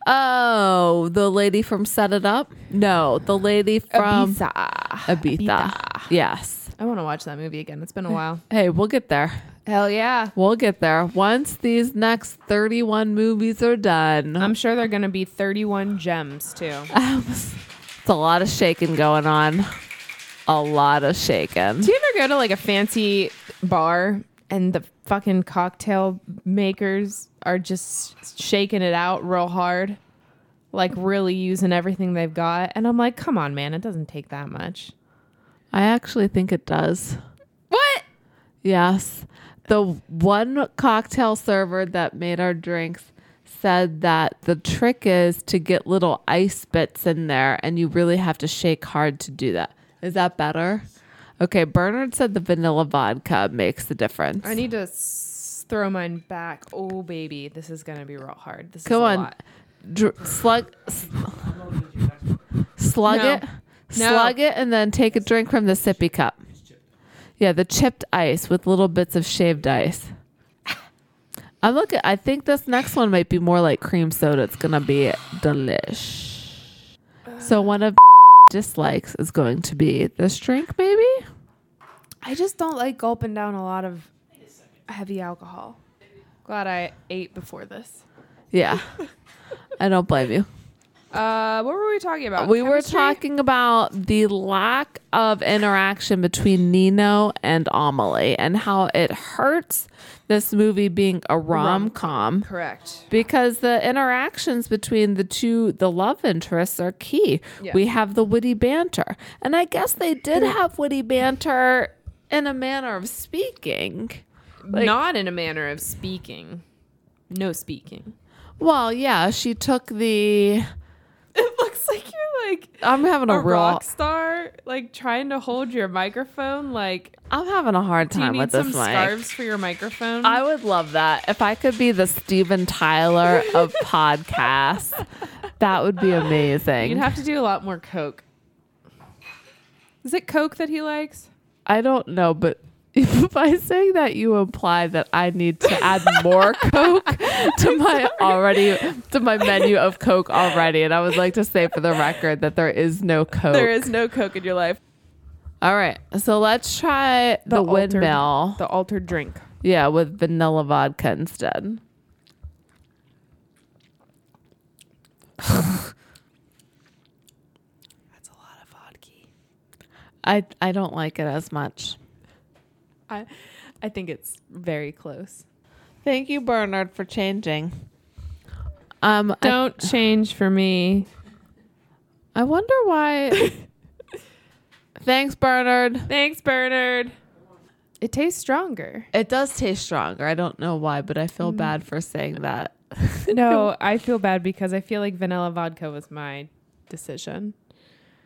Speaker 1: Oh, the lady from Set It Up? No, the lady from Ibiza. Yes.
Speaker 2: I want to watch that movie again. It's been a while.
Speaker 1: Hey, we'll get there.
Speaker 2: Hell yeah.
Speaker 1: We'll get there. Once these next 31 movies are done,
Speaker 2: I'm sure they're going to be 31 gems too.
Speaker 1: Um, it's a lot of shaking going on. A lot of shaking.
Speaker 2: Do you ever go to like a fancy bar and the fucking cocktail makers are just shaking it out real hard? Like really using everything they've got. And I'm like, come on, man, it doesn't take that much.
Speaker 1: I actually think it does.
Speaker 2: What?
Speaker 1: Yes. The one cocktail server that made our drinks said that the trick is to get little ice bits in there and you really have to shake hard to do that. Is that better? Okay, Bernard said the vanilla vodka makes the difference.
Speaker 2: I need to s- throw mine back. Oh, baby, this is going to be real hard. This
Speaker 1: Go
Speaker 2: is a
Speaker 1: on.
Speaker 2: lot.
Speaker 1: Dr- slug s- slug
Speaker 2: No.
Speaker 1: it.
Speaker 2: No.
Speaker 1: Slug it and then take a drink from the sippy cup. Yeah, the chipped ice with little bits of shaved ice. I'm looking. I think this next one might be more like cream soda. It's gonna be delish. So one of dislikes is going to be this drink, maybe.
Speaker 2: I just don't like gulping down a lot of heavy alcohol. Glad I ate before this.
Speaker 1: Yeah, I don't blame you.
Speaker 2: Uh, what were we talking about?
Speaker 1: we were
Speaker 2: Chemistry?
Speaker 1: talking about the lack of interaction between Nino and Amelie and how it hurts this movie being a rom com
Speaker 2: Correct.
Speaker 1: because the interactions between the two the love interests are key
Speaker 2: Yeah.
Speaker 1: we have the witty banter and i guess they did have witty banter in a manner of speaking Like-
Speaker 2: Not in a manner of speaking. No speaking.
Speaker 1: well yeah she took the
Speaker 2: It looks like you're like
Speaker 1: I'm having
Speaker 2: a,
Speaker 1: a, real.
Speaker 2: rock star, like trying to hold your microphone. Like,
Speaker 1: I'm having a hard
Speaker 2: do you
Speaker 1: time
Speaker 2: need
Speaker 1: with
Speaker 2: some
Speaker 1: this mic.
Speaker 2: scarves for your microphone?
Speaker 1: I would love that if I could be the Steven Tyler of podcasts. That would be amazing.
Speaker 2: You'd have to do a lot more coke. Is it coke that he likes?
Speaker 1: I don't know, but if by saying that you imply that I need to add more Coke to my already to my menu of Coke already, and I would like to say for the record that there is no Coke.
Speaker 2: There is no coke in your life.
Speaker 1: All right, so let's try the,
Speaker 2: altered-
Speaker 1: windmill.
Speaker 2: the altered drink.
Speaker 1: yeah, with vanilla vodka instead.
Speaker 2: That's a lot of vodka.
Speaker 1: I I don't like it as much.
Speaker 2: I, I think it's very close.
Speaker 1: Thank you, Bernard, for changing. Um, I-
Speaker 2: Don't change for me.
Speaker 1: I wonder why. Thanks, Bernard.
Speaker 2: Thanks, Bernard. It tastes stronger.
Speaker 1: It does taste stronger. I don't know why, but I feel bad for saying that.
Speaker 2: No, I feel bad because I feel like vanilla vodka was my decision.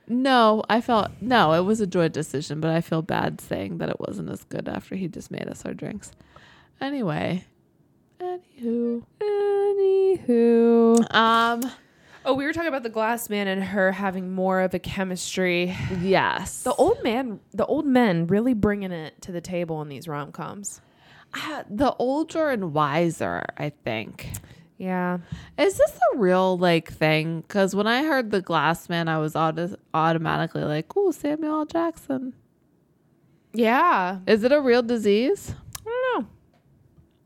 Speaker 1: No, I felt no, it was a joint decision, but I feel bad saying that it wasn't as good after he just made us our drinks. Anyway, anywho,
Speaker 2: Anywho.
Speaker 1: um,
Speaker 2: Oh, we were talking about the glass man and her having more of a chemistry.
Speaker 1: yes,
Speaker 2: The old man, the old men really bringing it to the table in these rom coms.
Speaker 1: Ah, the older and wiser, I think.
Speaker 2: Yeah.
Speaker 1: Is this a real like thing? Because when I heard the Glass Man, I was auto- automatically like, "Oh, Samuel L. Jackson."
Speaker 2: Yeah.
Speaker 1: Is it a real disease?
Speaker 2: I don't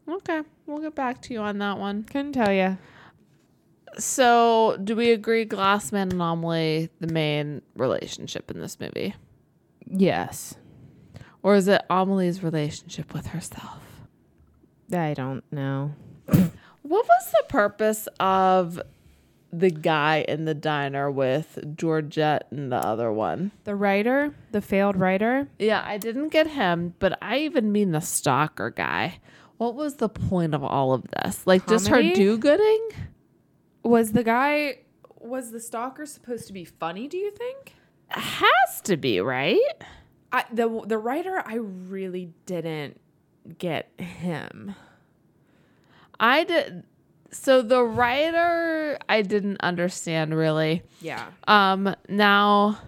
Speaker 2: know.
Speaker 1: Okay, we'll get back to you on that one.
Speaker 2: Couldn't tell you.
Speaker 1: So, do we agree Glassman and Amelie the main relationship in this movie?
Speaker 2: Yes.
Speaker 1: Or is it Amelie's relationship with herself?
Speaker 2: I don't know.
Speaker 1: What was the purpose of the guy in the diner with Georgette and the other one?
Speaker 2: The writer, the failed writer.
Speaker 1: Yeah, I didn't get him, but I even mean the stalker guy. What was the point of all of this? Like just her
Speaker 2: Comedy?
Speaker 1: do gooding?
Speaker 2: Was the guy was the stalker supposed to be funny, do you think?
Speaker 1: Has to be, right?
Speaker 2: I the the writer I really didn't get him.
Speaker 1: I did. So the writer, I didn't understand really.
Speaker 2: Yeah.
Speaker 1: Um, now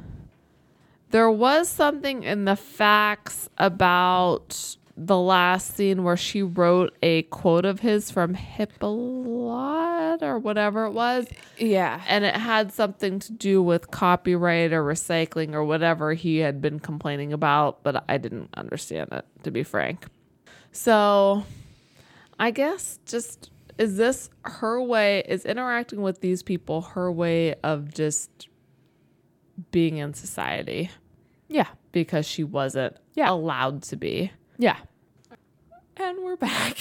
Speaker 1: there was something in the facts about the last scene where she wrote a quote of his from Hippolyte or whatever it was,
Speaker 2: Yeah.
Speaker 1: and it had something to do with copyright or recycling or whatever he had been complaining about, but I didn't understand it to be frank. So I guess just is this her way is interacting with these people her way of just being in society
Speaker 2: Yeah.
Speaker 1: because she wasn't
Speaker 2: Yeah.
Speaker 1: allowed to be.
Speaker 2: Yeah. And we're back.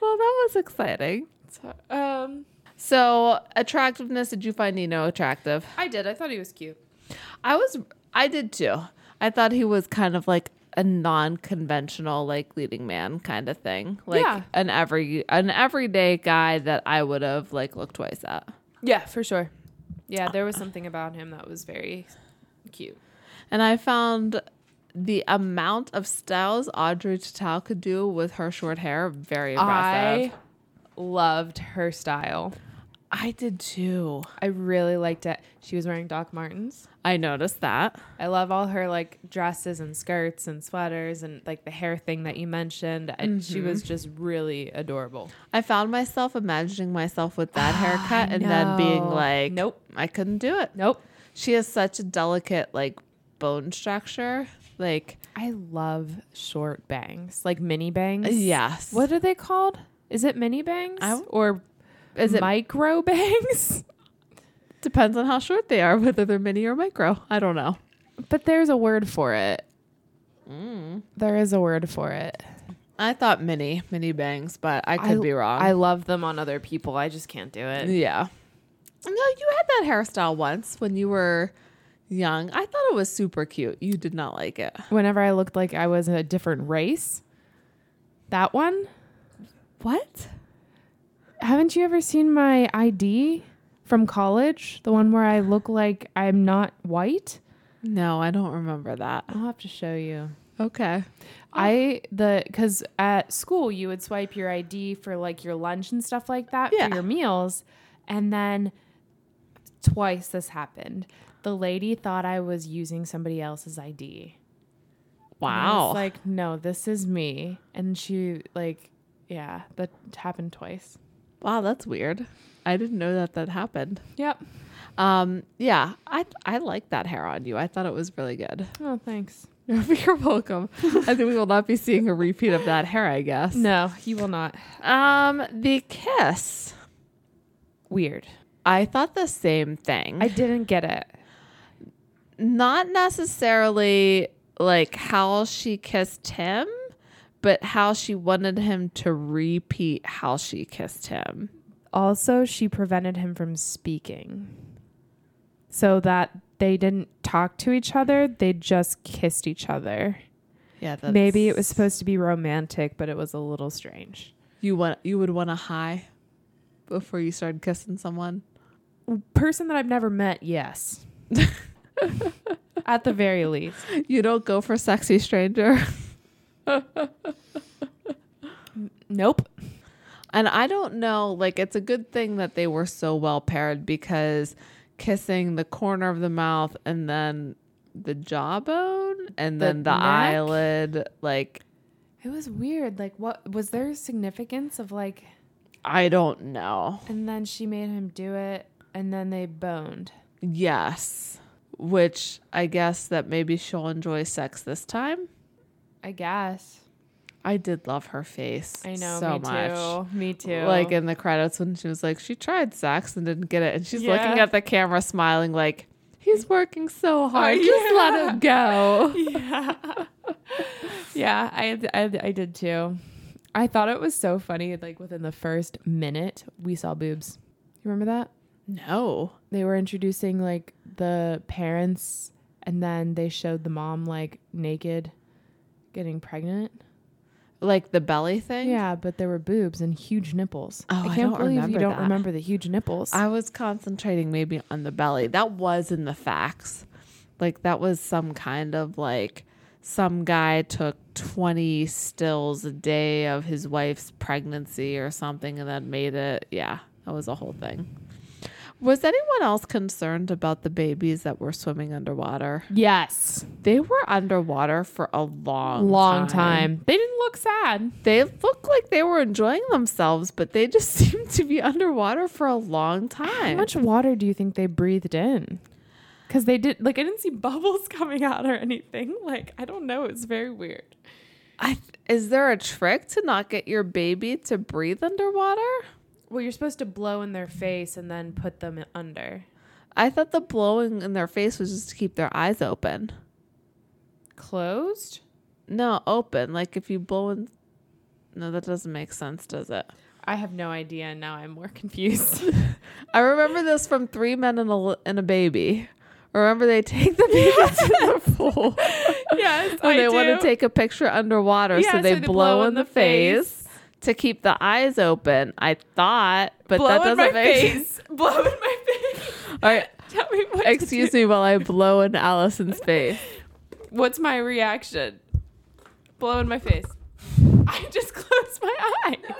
Speaker 1: Well, that was exciting.
Speaker 2: So, um
Speaker 1: So, attractiveness, did you find Nino attractive?
Speaker 2: I did. I thought he was cute.
Speaker 1: I was, I did too. I thought he was kind of like a non-conventional, like leading man kind of thing, like
Speaker 2: Yeah.
Speaker 1: an every an everyday guy that I would have like looked twice at.
Speaker 2: Yeah, for sure. Yeah, there was something about him that was very cute.
Speaker 1: And I found the amount of styles Audrey Total could do with her short hair very impressive.
Speaker 2: I loved her style.
Speaker 1: I did too.
Speaker 2: I really liked it. She was wearing Doc Martens.
Speaker 1: I noticed that.
Speaker 2: I love all her like dresses and skirts and sweaters and like the hair thing that you mentioned. And she was just really adorable.
Speaker 1: I found myself imagining myself with that haircut and then being
Speaker 2: know.
Speaker 1: like,
Speaker 2: Nope.
Speaker 1: I couldn't do it.
Speaker 2: Nope.
Speaker 1: She has such a delicate like bone structure. Like
Speaker 2: I love short bangs, like mini bangs.
Speaker 1: yes.
Speaker 2: What are they called? Is it mini bangs
Speaker 1: I-
Speaker 2: or
Speaker 1: is it?
Speaker 2: micro bangs?
Speaker 1: depends on how short they are, whether they're mini or micro. I don't know.
Speaker 2: but there's a word for it. There is a word for it.
Speaker 1: I thought mini, mini bangs, but I could
Speaker 2: I-
Speaker 1: be wrong.
Speaker 2: I love them on other people. I just can't do it.
Speaker 1: yeah. No, you had that hairstyle once when you were young. I thought it was super cute. You did not like it.
Speaker 2: Whenever I looked like I was in a different race, that one.
Speaker 1: What?
Speaker 2: Haven't you ever seen my ID from college, the one where I look like I'm not white.
Speaker 1: No, I don't remember that.
Speaker 2: I'll have to show you.
Speaker 1: Okay.
Speaker 2: I the because at school you would swipe your ID for like your lunch and stuff like that
Speaker 1: Yeah.
Speaker 2: for your meals, and then twice this happened. The lady thought I was using somebody else's ID. And I
Speaker 1: Wow.
Speaker 2: was like, no, this is me, and she like, yeah, that happened twice.
Speaker 1: wow, that's weird. I didn't know that that happened.
Speaker 2: Yep.
Speaker 1: Um, yeah, I I like that hair on you. I thought it was really good.
Speaker 2: Oh, thanks.
Speaker 1: You're welcome. I think we will not be seeing a repeat of that hair, I guess.
Speaker 2: No, you will not.
Speaker 1: Um, the kiss.
Speaker 2: Weird.
Speaker 1: I thought the same thing.
Speaker 2: I didn't get it.
Speaker 1: not necessarily like how she kissed him, but how she wanted him to repeat how she kissed him.
Speaker 2: Also, she prevented him from speaking so that they didn't talk to each other, they just kissed each other.
Speaker 1: Yeah, that's,
Speaker 2: Maybe it was supposed to be romantic, but it was a little strange.
Speaker 1: you want you would want a high before you started kissing someone.
Speaker 2: Person that I've never met, yes. At the very least.
Speaker 1: You don't go for sexy stranger.
Speaker 2: Nope.
Speaker 1: And I don't know, like it's a good thing that they were so well paired because kissing the corner of the mouth and then the jawbone and
Speaker 2: The
Speaker 1: then the
Speaker 2: neck?
Speaker 1: eyelid, like
Speaker 2: It was weird. Like, what was there significance of like,
Speaker 1: I don't know.
Speaker 2: and then she made him do it, and then they boned.
Speaker 1: Yes. Which I guess that maybe she'll enjoy sex this time.
Speaker 2: I guess.
Speaker 1: I did love her face.
Speaker 2: I know.
Speaker 1: so
Speaker 2: me
Speaker 1: much.
Speaker 2: too. Me too.
Speaker 1: Like in the credits when she was like, she tried sex and didn't get it, and she's looking
Speaker 2: Yeah.
Speaker 1: at the camera, smiling like, he's working so hard. Just let him go.
Speaker 2: yeah, yeah, I, I I did too. I thought it was so funny. Like within the first minute, we saw boobs. You remember that?
Speaker 1: No.
Speaker 2: They were introducing like the parents, and then they showed the mom like naked, getting pregnant.
Speaker 1: Like the belly thing.
Speaker 2: Yeah, but there were boobs and huge nipples.
Speaker 1: Oh, I
Speaker 2: I can't
Speaker 1: don't
Speaker 2: believe
Speaker 1: remember
Speaker 2: you don't
Speaker 1: that.
Speaker 2: remember the huge nipples.
Speaker 1: I was concentrating maybe on the belly. That was in the facts. Like that was some kind of like some guy took 20 stills a day of his wife's pregnancy or something and then made it. Yeah, that was a whole thing. Was anyone else concerned about the babies that were swimming underwater?
Speaker 2: yes,
Speaker 1: They were underwater for a long,
Speaker 2: long time. They didn't look sad.
Speaker 1: They looked like they were enjoying themselves, but they just seemed to be underwater for a long
Speaker 2: How
Speaker 1: time.
Speaker 2: much water do you think they breathed in? Because they did, like, I didn't see bubbles coming out or anything. Like, I don't know. It's very weird.
Speaker 1: I th- is there a trick to not get your baby to breathe underwater?
Speaker 2: Well, you're supposed to blow in their face and then put them under.
Speaker 1: I thought the blowing in their face was just to keep their eyes open.
Speaker 2: Closed?
Speaker 1: No, open. Like if you blow in. No, that doesn't make sense, does it?
Speaker 2: I have no idea. Now I'm more confused.
Speaker 1: I remember this from Three Men and a, Li- and a Baby. Remember they take the baby to the pool.
Speaker 2: yes,
Speaker 1: And they want to take a picture underwater, so, they blow in the face, to keep the eyes open. I thought, but that doesn't make sense.
Speaker 2: blow in my face.
Speaker 1: All right,
Speaker 2: Tell me what
Speaker 1: excuse me while I blow in Allison's face.
Speaker 2: What's my reaction? Blow in my face. I just closed my eyes.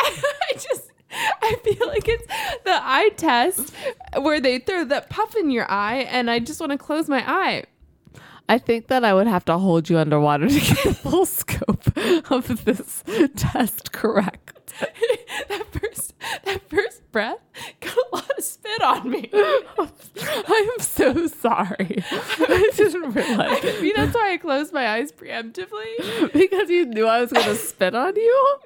Speaker 2: I just, I feel like it's the eye test where they throw that puff in your eye, and I just want to close my eye.
Speaker 1: I think that I would have to hold you underwater to get the full scope of this test correct.
Speaker 2: that first, that first breath got a lot of spit on me.
Speaker 1: I'm so sorry. I didn't realize
Speaker 2: Maybe that's why I closed my eyes preemptively.
Speaker 1: because you knew I was going to spit on you.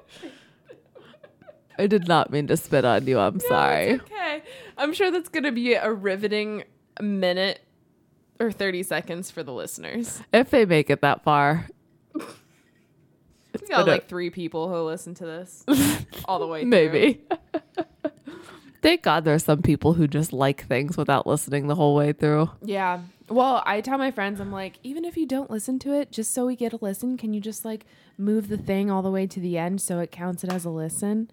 Speaker 1: I did not mean to spit on you. I'm sorry.
Speaker 2: It's okay. I'm sure that's going to be a riveting minute or 30 seconds for the listeners.
Speaker 1: If they make it that far,
Speaker 2: We got
Speaker 1: been a-
Speaker 2: like three people who listen to this all the way through.
Speaker 1: maybe. Thank God there's some people who just like things without listening the whole way through.
Speaker 2: Yeah. Well, I tell my friends, I'm like, even if you don't listen to it, just so we get a listen, can you just like move the thing all the way to the end so it counts it as a listen?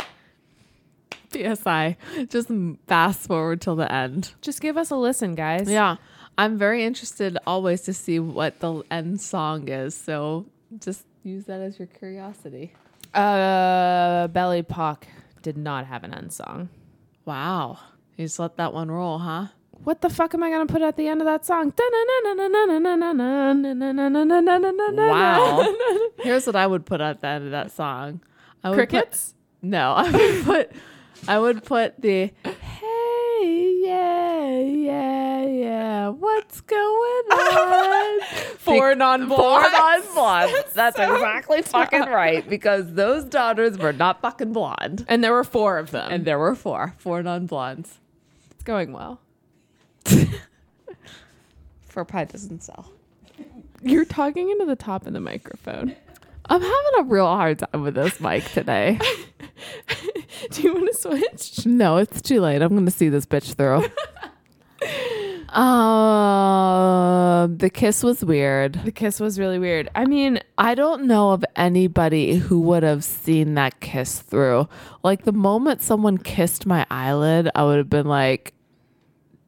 Speaker 1: PSI. Just m- fast forward till the end.
Speaker 2: Just give us a listen, guys.
Speaker 1: Yeah. I'm very interested always to see what the end song is. So just use that as your curiosity.
Speaker 2: Uh, Belly Pock did not have an end song.
Speaker 1: Wow. You just let that one roll, huh?
Speaker 2: What the fuck am I gonna put at the end of that song? Wow.
Speaker 1: Wow. Here's what I would put at the end of that song. I would put-
Speaker 2: Crickets.
Speaker 1: no, I would put I would put the hey yeah yeah yeah what's going on
Speaker 2: Four non
Speaker 1: Born on blonde. That's exactly fucking right because those daughters were not fucking blonde.
Speaker 2: And there were four of them.
Speaker 1: And there were four, four non blondes.
Speaker 2: it's going well.
Speaker 1: For pie doesn't sell.
Speaker 2: You're talking into the top of the microphone.
Speaker 1: I'm having a real hard time with this mic today.
Speaker 2: Do you want to switch?
Speaker 1: no, it's too late. I'm going to see this bitch through. um, the kiss was weird.
Speaker 2: The kiss was really weird. I mean,
Speaker 1: I don't know of anybody who would have seen that kiss through. Like the moment someone kissed my eyelid, I would have been like,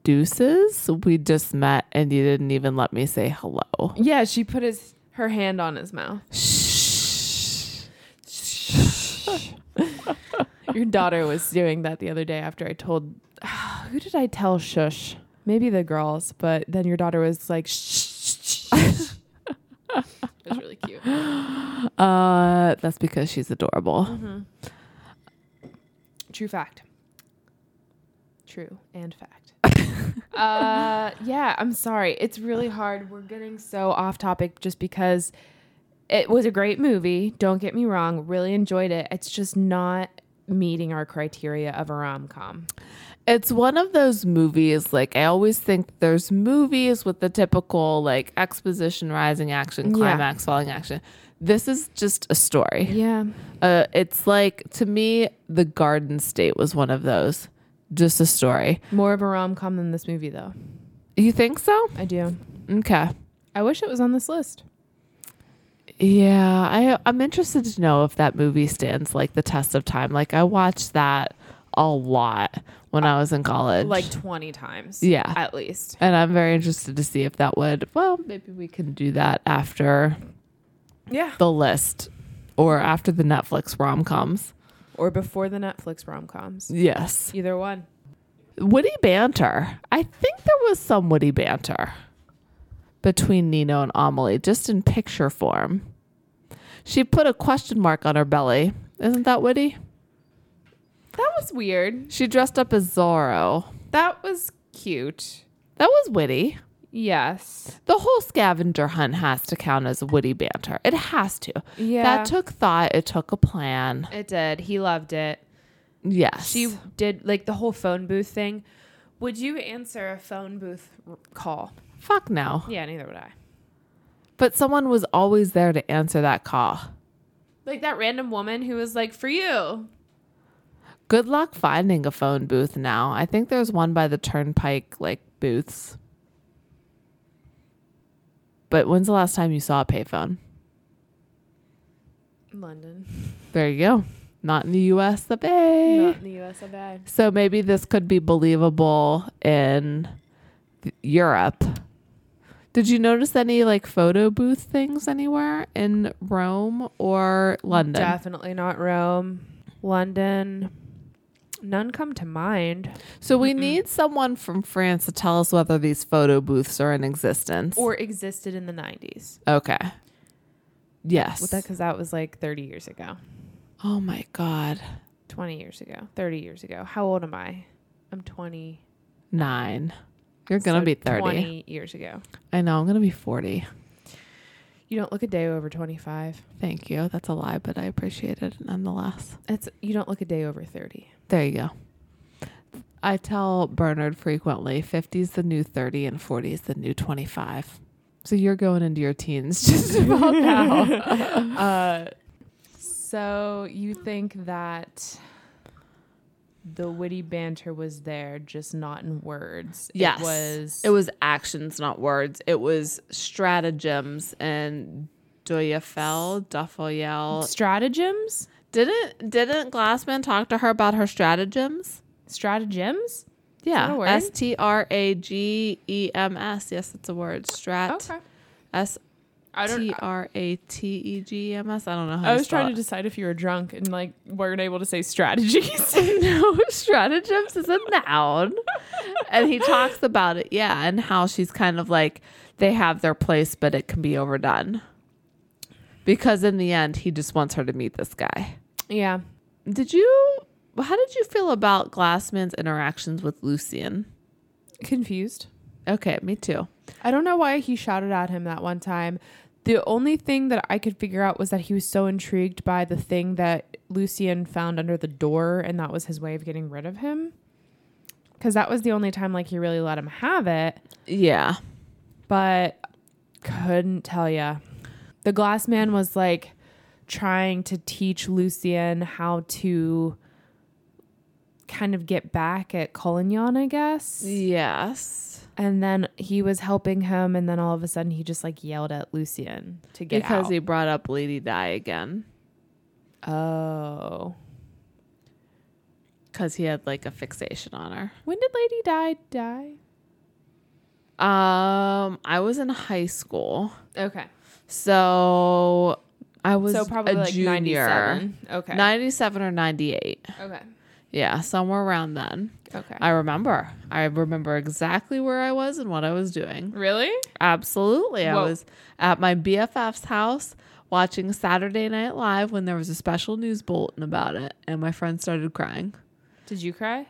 Speaker 1: deuces, we just met and you didn't even let me say hello.
Speaker 2: yeah, she put his her hand on his mouth.
Speaker 1: Shh.
Speaker 2: Your daughter was doing that the other day after I told. Who did I tell? Shush. Maybe the girls, but then your daughter was like, shh. shh, shh, shh." it was really cute. Mm-hmm.
Speaker 1: Uh, that's because she's adorable.
Speaker 2: True fact. True and fact. uh, yeah, I'm sorry. It's really hard. We're getting so off topic just because it was a great movie. Don't get me wrong. Really enjoyed it. It's just not meeting our criteria of a rom com.
Speaker 1: It's one of those movies, like, I always think there's movies with the typical, like, exposition, rising action,
Speaker 2: Yeah.
Speaker 1: climax, falling action. This is just a story.
Speaker 2: Yeah.
Speaker 1: Uh, it's like to me, The Garden State was one of those. Just a story.
Speaker 2: More of a rom com than this movie, though.
Speaker 1: You think so?
Speaker 2: I do.
Speaker 1: Okay.
Speaker 2: I wish it was on this list.
Speaker 1: Yeah, I I'm interested to know if that movie stands like the test of time. Like I watched that a lot when I was in college.
Speaker 2: Like 20 times.
Speaker 1: Yeah.
Speaker 2: At least.
Speaker 1: and I'm very interested to see if that would. Well, maybe we can do that after
Speaker 2: Yeah.
Speaker 1: the list or after the Netflix rom-coms.
Speaker 2: Or before the Netflix rom coms.
Speaker 1: Yes.
Speaker 2: Either one.
Speaker 1: Witty banter. I think there was some witty banter between Nino and Amelie, just in picture form. She put a question mark on her belly. Isn't that witty?
Speaker 2: That was weird.
Speaker 1: She dressed up as Zorro.
Speaker 2: That was cute.
Speaker 1: That was witty.
Speaker 2: Yes.
Speaker 1: The whole scavenger hunt has to count as witty banter. It has to.
Speaker 2: Yeah.
Speaker 1: That took thought. It took a plan.
Speaker 2: It did. He loved it.
Speaker 1: Yes.
Speaker 2: She did like the whole phone booth thing. Would you answer a phone booth r- call?
Speaker 1: Fuck no.
Speaker 2: Yeah, neither would I.
Speaker 1: But someone was always there to answer that call.
Speaker 2: Like that random woman who was like, "For you."
Speaker 1: Good luck finding a phone booth now. I think there's one by the turnpike, like booths. But when's the last time you saw a payphone?
Speaker 2: London,
Speaker 1: There you go. Not in the US of A.
Speaker 2: not in the U.S. I bad.
Speaker 1: So maybe this could be believable in th- Europe. Did you notice any like photo booth things anywhere in Rome or London?
Speaker 2: Definitely not Rome, London. None come to mind,
Speaker 1: So we need someone from France to tell us whether these photo booths are in existence.
Speaker 2: or existed in the '90s.
Speaker 1: Okay. Yes.
Speaker 2: With that, because that was like 30 years ago,
Speaker 1: oh my God.
Speaker 2: 20 years ago, 30 years ago. How old am I? I'm 20.
Speaker 1: Nine. You're going to
Speaker 2: So
Speaker 1: be 30.
Speaker 2: 20 years ago.
Speaker 1: I know. I'm going to be 40.
Speaker 2: You don't look a day over 25.
Speaker 1: Thank you. That's a lie, but I appreciate it nonetheless.
Speaker 2: It's you don't look a day over 30.
Speaker 1: There you go. I tell Bernard frequently 50 is the new 30 and 40 is the new 25. So you're going into your teens just about now.
Speaker 2: Uh, so you think that the witty banter was there, just not in words.
Speaker 1: yes.
Speaker 2: It was.
Speaker 1: it was actions, not words. It was stratagems and do you fell, duffel yell.
Speaker 2: stratagems.
Speaker 1: Didn't didn't Glassman talk to her about her stratagems?
Speaker 2: Stratagems? that a
Speaker 1: Yeah,
Speaker 2: word?
Speaker 1: S T R A G E M S. Yes, it's a word. Strat. S
Speaker 2: I don't.
Speaker 1: T R A T E G M S. I don't know how.
Speaker 2: I
Speaker 1: you
Speaker 2: was
Speaker 1: spell
Speaker 2: trying
Speaker 1: it.
Speaker 2: to decide if you were drunk and like weren't able to say strategies.
Speaker 1: no stratagems is a noun and he talks about it yeah and how she's kind of like they have their place but it can be overdone because in the end he just wants her to meet this guy
Speaker 2: yeah.
Speaker 1: did you how did you feel about glassman's interactions with lucian
Speaker 2: Confused.
Speaker 1: okay me too
Speaker 2: I don't know why he shouted at him that one time. The only thing that I could figure out was that he was so intrigued by the thing that Lucian found under the door, and that was his way of getting rid of him. Because that was the only time like he really let him have it,
Speaker 1: yeah
Speaker 2: but couldn't tell ya. The glass man was like trying to teach Lucian how to kind of get back at Collignon, I guess.
Speaker 1: yes
Speaker 2: And then he was helping him, and then all of a sudden he just like yelled at Lucian to get
Speaker 1: because
Speaker 2: out.
Speaker 1: he brought up lady di again
Speaker 2: oh,
Speaker 1: because he had like a fixation on her
Speaker 2: when did Lady Di die?
Speaker 1: um i was in high school
Speaker 2: Okay,
Speaker 1: So I was
Speaker 2: so probably
Speaker 1: a
Speaker 2: like
Speaker 1: junior,
Speaker 2: ninety-seven. Okay,
Speaker 1: 97 or 98.
Speaker 2: okay,
Speaker 1: Yeah, somewhere around then.
Speaker 2: okay.
Speaker 1: I remember. I remember exactly where I was and what I was doing.
Speaker 2: really?
Speaker 1: Absolutely.
Speaker 2: Whoa.
Speaker 1: I was at my BFF's house watching Saturday Night Live when there was a special news bulletin about it and my friend started crying.
Speaker 2: Did you cry?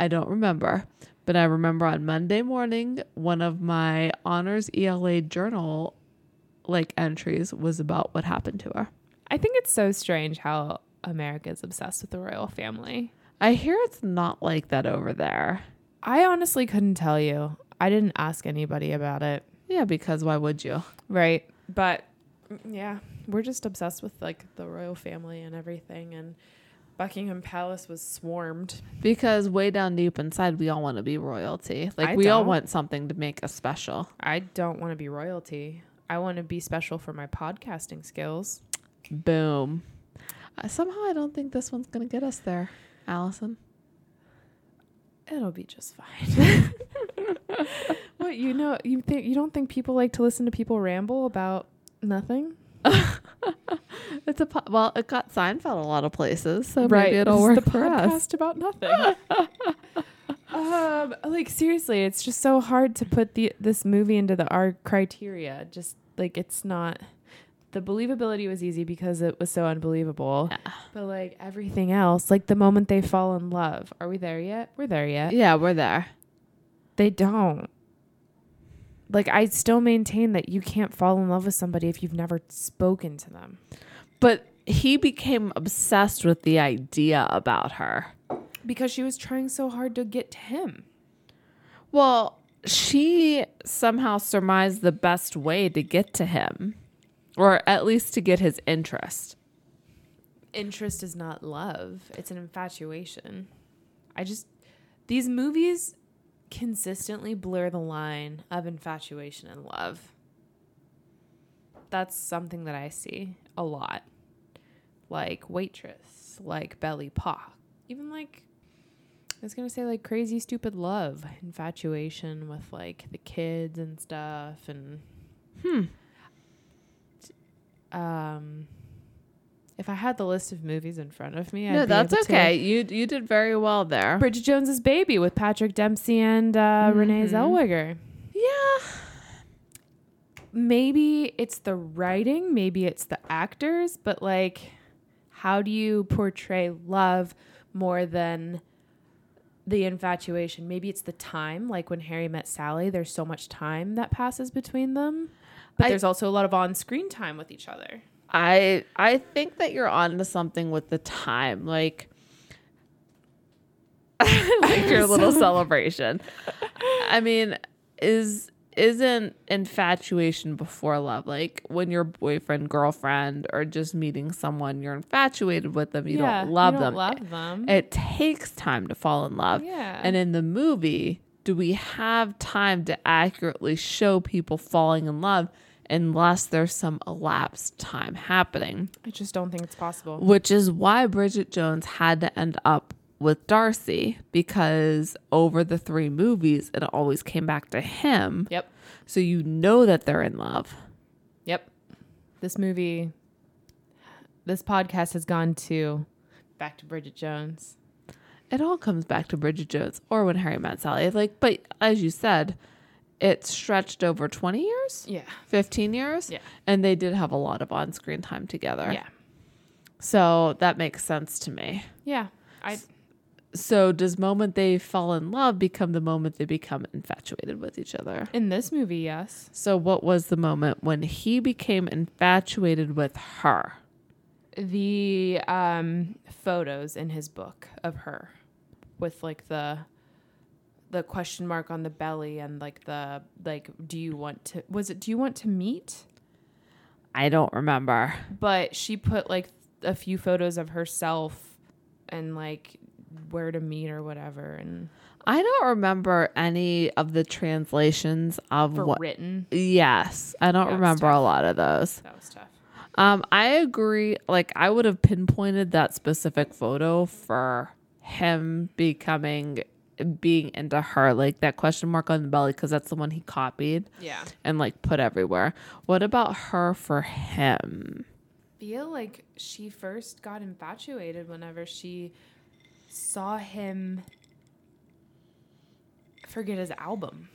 Speaker 1: I don't remember, but I remember on Monday morning, one of my honors ELA journal like entries was about what happened to her.
Speaker 2: I think it's so strange how America is obsessed with the royal family.
Speaker 1: I hear it's not like that over there.
Speaker 2: I honestly couldn't tell you. I didn't ask anybody about it.
Speaker 1: Yeah, because why would you?
Speaker 2: Right. But mm, yeah, we're just obsessed with like the royal family and everything and Buckingham Palace was swarmed.
Speaker 1: Because way down deep inside, we all want to be royalty. Like
Speaker 2: I
Speaker 1: we all
Speaker 2: don't.
Speaker 1: want something to make us special.
Speaker 2: I don't want to be royalty. I want to be special for my podcasting skills.
Speaker 1: Boom. Uh, somehow, I don't think this one's gonna get us there, Allison.
Speaker 2: It'll be just fine. what you know, you think you don't think people like to listen to people ramble about nothing?
Speaker 1: It's a po- well, it got Seinfeld a lot of places, so maybe it'll
Speaker 2: This is
Speaker 1: work
Speaker 2: the
Speaker 1: for
Speaker 2: podcast
Speaker 1: us.
Speaker 2: about nothing. um, like seriously, it's just so hard to put the this movie into the our criteria. Just like it's not the believability was easy because it was so unbelievable. But like everything else, like the moment they fall in love, are we there yet? We're there yet.
Speaker 1: Yeah, we're there.
Speaker 2: They don't. Like I still maintain that you can't fall in love with somebody if you've never spoken to them.
Speaker 1: But he became obsessed with the idea about her.
Speaker 2: Because she was trying so hard to get to him.
Speaker 1: Well, she somehow surmised the best way to get to him, or at least to get his interest.
Speaker 2: interest is not love it's an infatuation i just these movies consistently blur the line of infatuation and love that's something that i see a lot like waitress like belly paw even like i was gonna say like crazy stupid love infatuation with like the kids and stuff and hmm um if i had the list of movies in front of me I'd
Speaker 1: no,
Speaker 2: be
Speaker 1: that's
Speaker 2: able to-
Speaker 1: okay. You you did very well there.
Speaker 2: Bridget Jones's Baby with Patrick Dempsey and uh, Renee Zellweger.
Speaker 1: Mm-hmm. Yeah.
Speaker 2: Maybe it's the writing, maybe it's the actors, but like, how do you portray love more than the infatuation? Maybe it's the time, like when Harry met Sally, there's so much time that passes between them, but
Speaker 1: I-
Speaker 2: there's also a lot of on screen time with each other.
Speaker 1: I I think that you're on to something with the time. Like like your little celebration. I mean, is isn't infatuation before love like when your boyfriend, girlfriend, or just meeting someone you're infatuated with them, you don't love them.
Speaker 2: love them.
Speaker 1: It takes time to fall in love.
Speaker 2: Mm-hmm. Yeah.
Speaker 1: And in the movie, do we have time to accurately show people falling in love unless there's some elapsed time happening,
Speaker 2: I just don't think it's possible.
Speaker 1: which is why Bridget Jones had to end up with Darcy because over the three movies, it always came back to him.
Speaker 2: Yep.
Speaker 1: So you know that they're in love.
Speaker 2: Yep. This movie, this podcast has gone to back to Bridget Jones.
Speaker 1: it all comes back to Bridget Jones or when Harry met Sally. Like, but as you said, it stretched over 20 years,
Speaker 2: Yeah.
Speaker 1: 15 years.
Speaker 2: Yeah.
Speaker 1: And they did have a lot of on screen time together.
Speaker 2: Yeah.
Speaker 1: So that makes sense to me.
Speaker 2: Yeah. I
Speaker 1: So does moment they fall in love become the moment they become infatuated with each other?
Speaker 2: in this movie, yes.
Speaker 1: So what was the moment when he became infatuated with her?
Speaker 2: The um photos in his book of her with like the the question mark on the belly and like the like do you want to was it do you want to meet?
Speaker 1: I don't remember.
Speaker 2: but she put like a few photos of herself and like where to meet or whatever and
Speaker 1: I don't remember any of the translations of
Speaker 2: for
Speaker 1: what
Speaker 2: written
Speaker 1: Yes, I don't
Speaker 2: That was
Speaker 1: remember a
Speaker 2: tough.
Speaker 1: lot of those.
Speaker 2: that was tough
Speaker 1: Um, I agree. Like, I would have pinpointed that specific photo for him becoming being into her, like that question mark on the belly, because that's the one he copied
Speaker 2: yeah
Speaker 1: and like put everywhere. What about her for him?
Speaker 2: feel like she first got infatuated whenever she saw him forget his album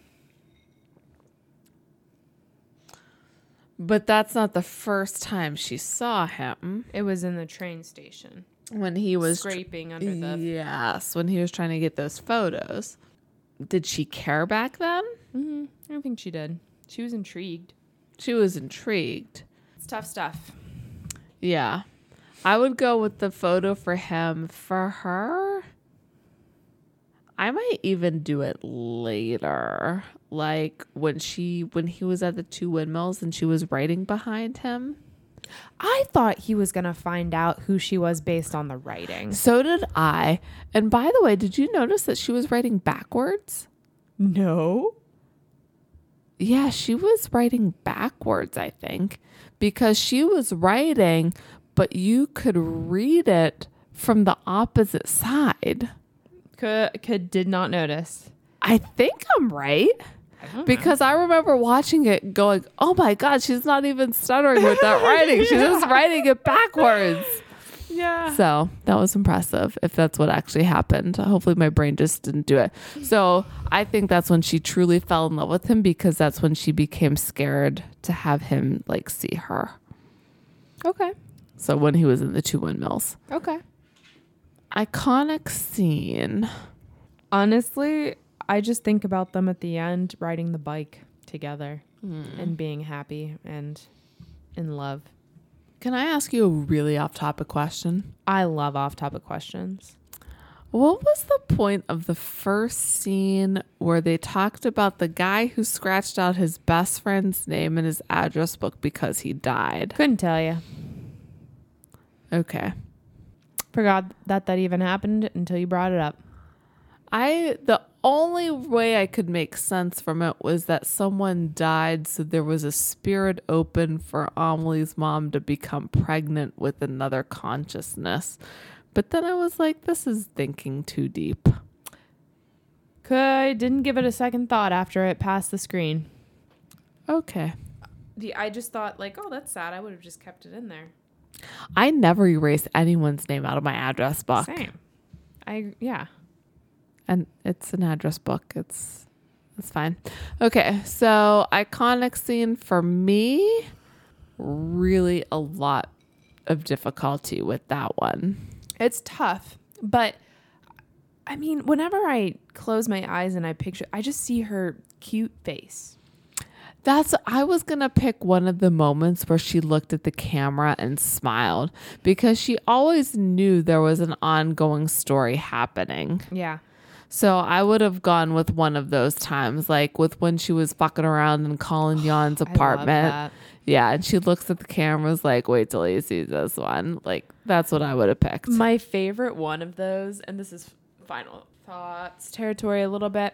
Speaker 1: But that's not the first time she saw him
Speaker 2: it was in the train station
Speaker 1: when he was tr-
Speaker 2: scraping under the
Speaker 1: yes when he was trying to get those photos. Did she care back then?
Speaker 2: Mhm. i don't think she did she was intrigued
Speaker 1: She was intrigued.
Speaker 2: it's tough stuff
Speaker 1: Yeah. I would go with the photo for him. For her, I might even do it later. Like when she when he was at the two windmills and she was writing behind him.
Speaker 2: i thought he was gonna find out who she was based on the writing
Speaker 1: So did I. And by the way, did you notice that she was writing backwards?
Speaker 2: no
Speaker 1: Yeah, she was writing backwards, I think, because she was writing, but you could read it from the opposite side.
Speaker 2: Could, could did not notice.
Speaker 1: I think I'm right. Because I remember watching it going, oh my God, she's not even stuttering with that writing. She's just writing it backwards.
Speaker 2: Yeah.
Speaker 1: So that was impressive if that's what actually happened. Hopefully, my brain just didn't do it. So I think that's when she truly fell in love with him because that's when she became scared to have him like see her.
Speaker 2: Okay.
Speaker 1: So when he was in the two windmills,
Speaker 2: Okay.
Speaker 1: iconic scene.
Speaker 2: Honestly, I just think about them at the end riding the bike together and being happy and in love.
Speaker 1: Can I ask you a really off topic question?
Speaker 2: I love off-topic questions.
Speaker 1: What was the point of the first scene where they talked about the guy who scratched out his best friend's name in his address book because he died?
Speaker 2: Couldn't tell you.
Speaker 1: Okay.
Speaker 2: Forgot that that even happened until you brought it up.
Speaker 1: I the only way I could make sense from it was that someone died so there was a spirit open for Amelie's mom to become pregnant with another consciousness. But then I was like this is thinking too deep.
Speaker 2: Could didn't give it a second thought after it passed the screen.
Speaker 1: Okay.
Speaker 2: The I just thought like, oh, that's sad. I would have just kept it in there.
Speaker 1: I never erase anyone's name out of my address book.
Speaker 2: Same. I yeah.
Speaker 1: and it's an address book. It's it's fine. Okay, so iconic scene for me, really a lot of difficulty with that one.
Speaker 2: It's tough, but I mean, whenever I close my eyes and I picture, I just see her cute face.
Speaker 1: That's I was gonna pick one of the moments where she looked at the camera and smiled because she always knew there was an ongoing story happening.
Speaker 2: Yeah.
Speaker 1: So I would have gone with one of those times, like with when she was fucking around in Colin Yon's apartment.
Speaker 2: that.
Speaker 1: Yeah, and she looks at the cameras like, wait till you see this one. Like that's what I would have picked.
Speaker 2: My favorite one of those, and this is final thoughts territory a little bit,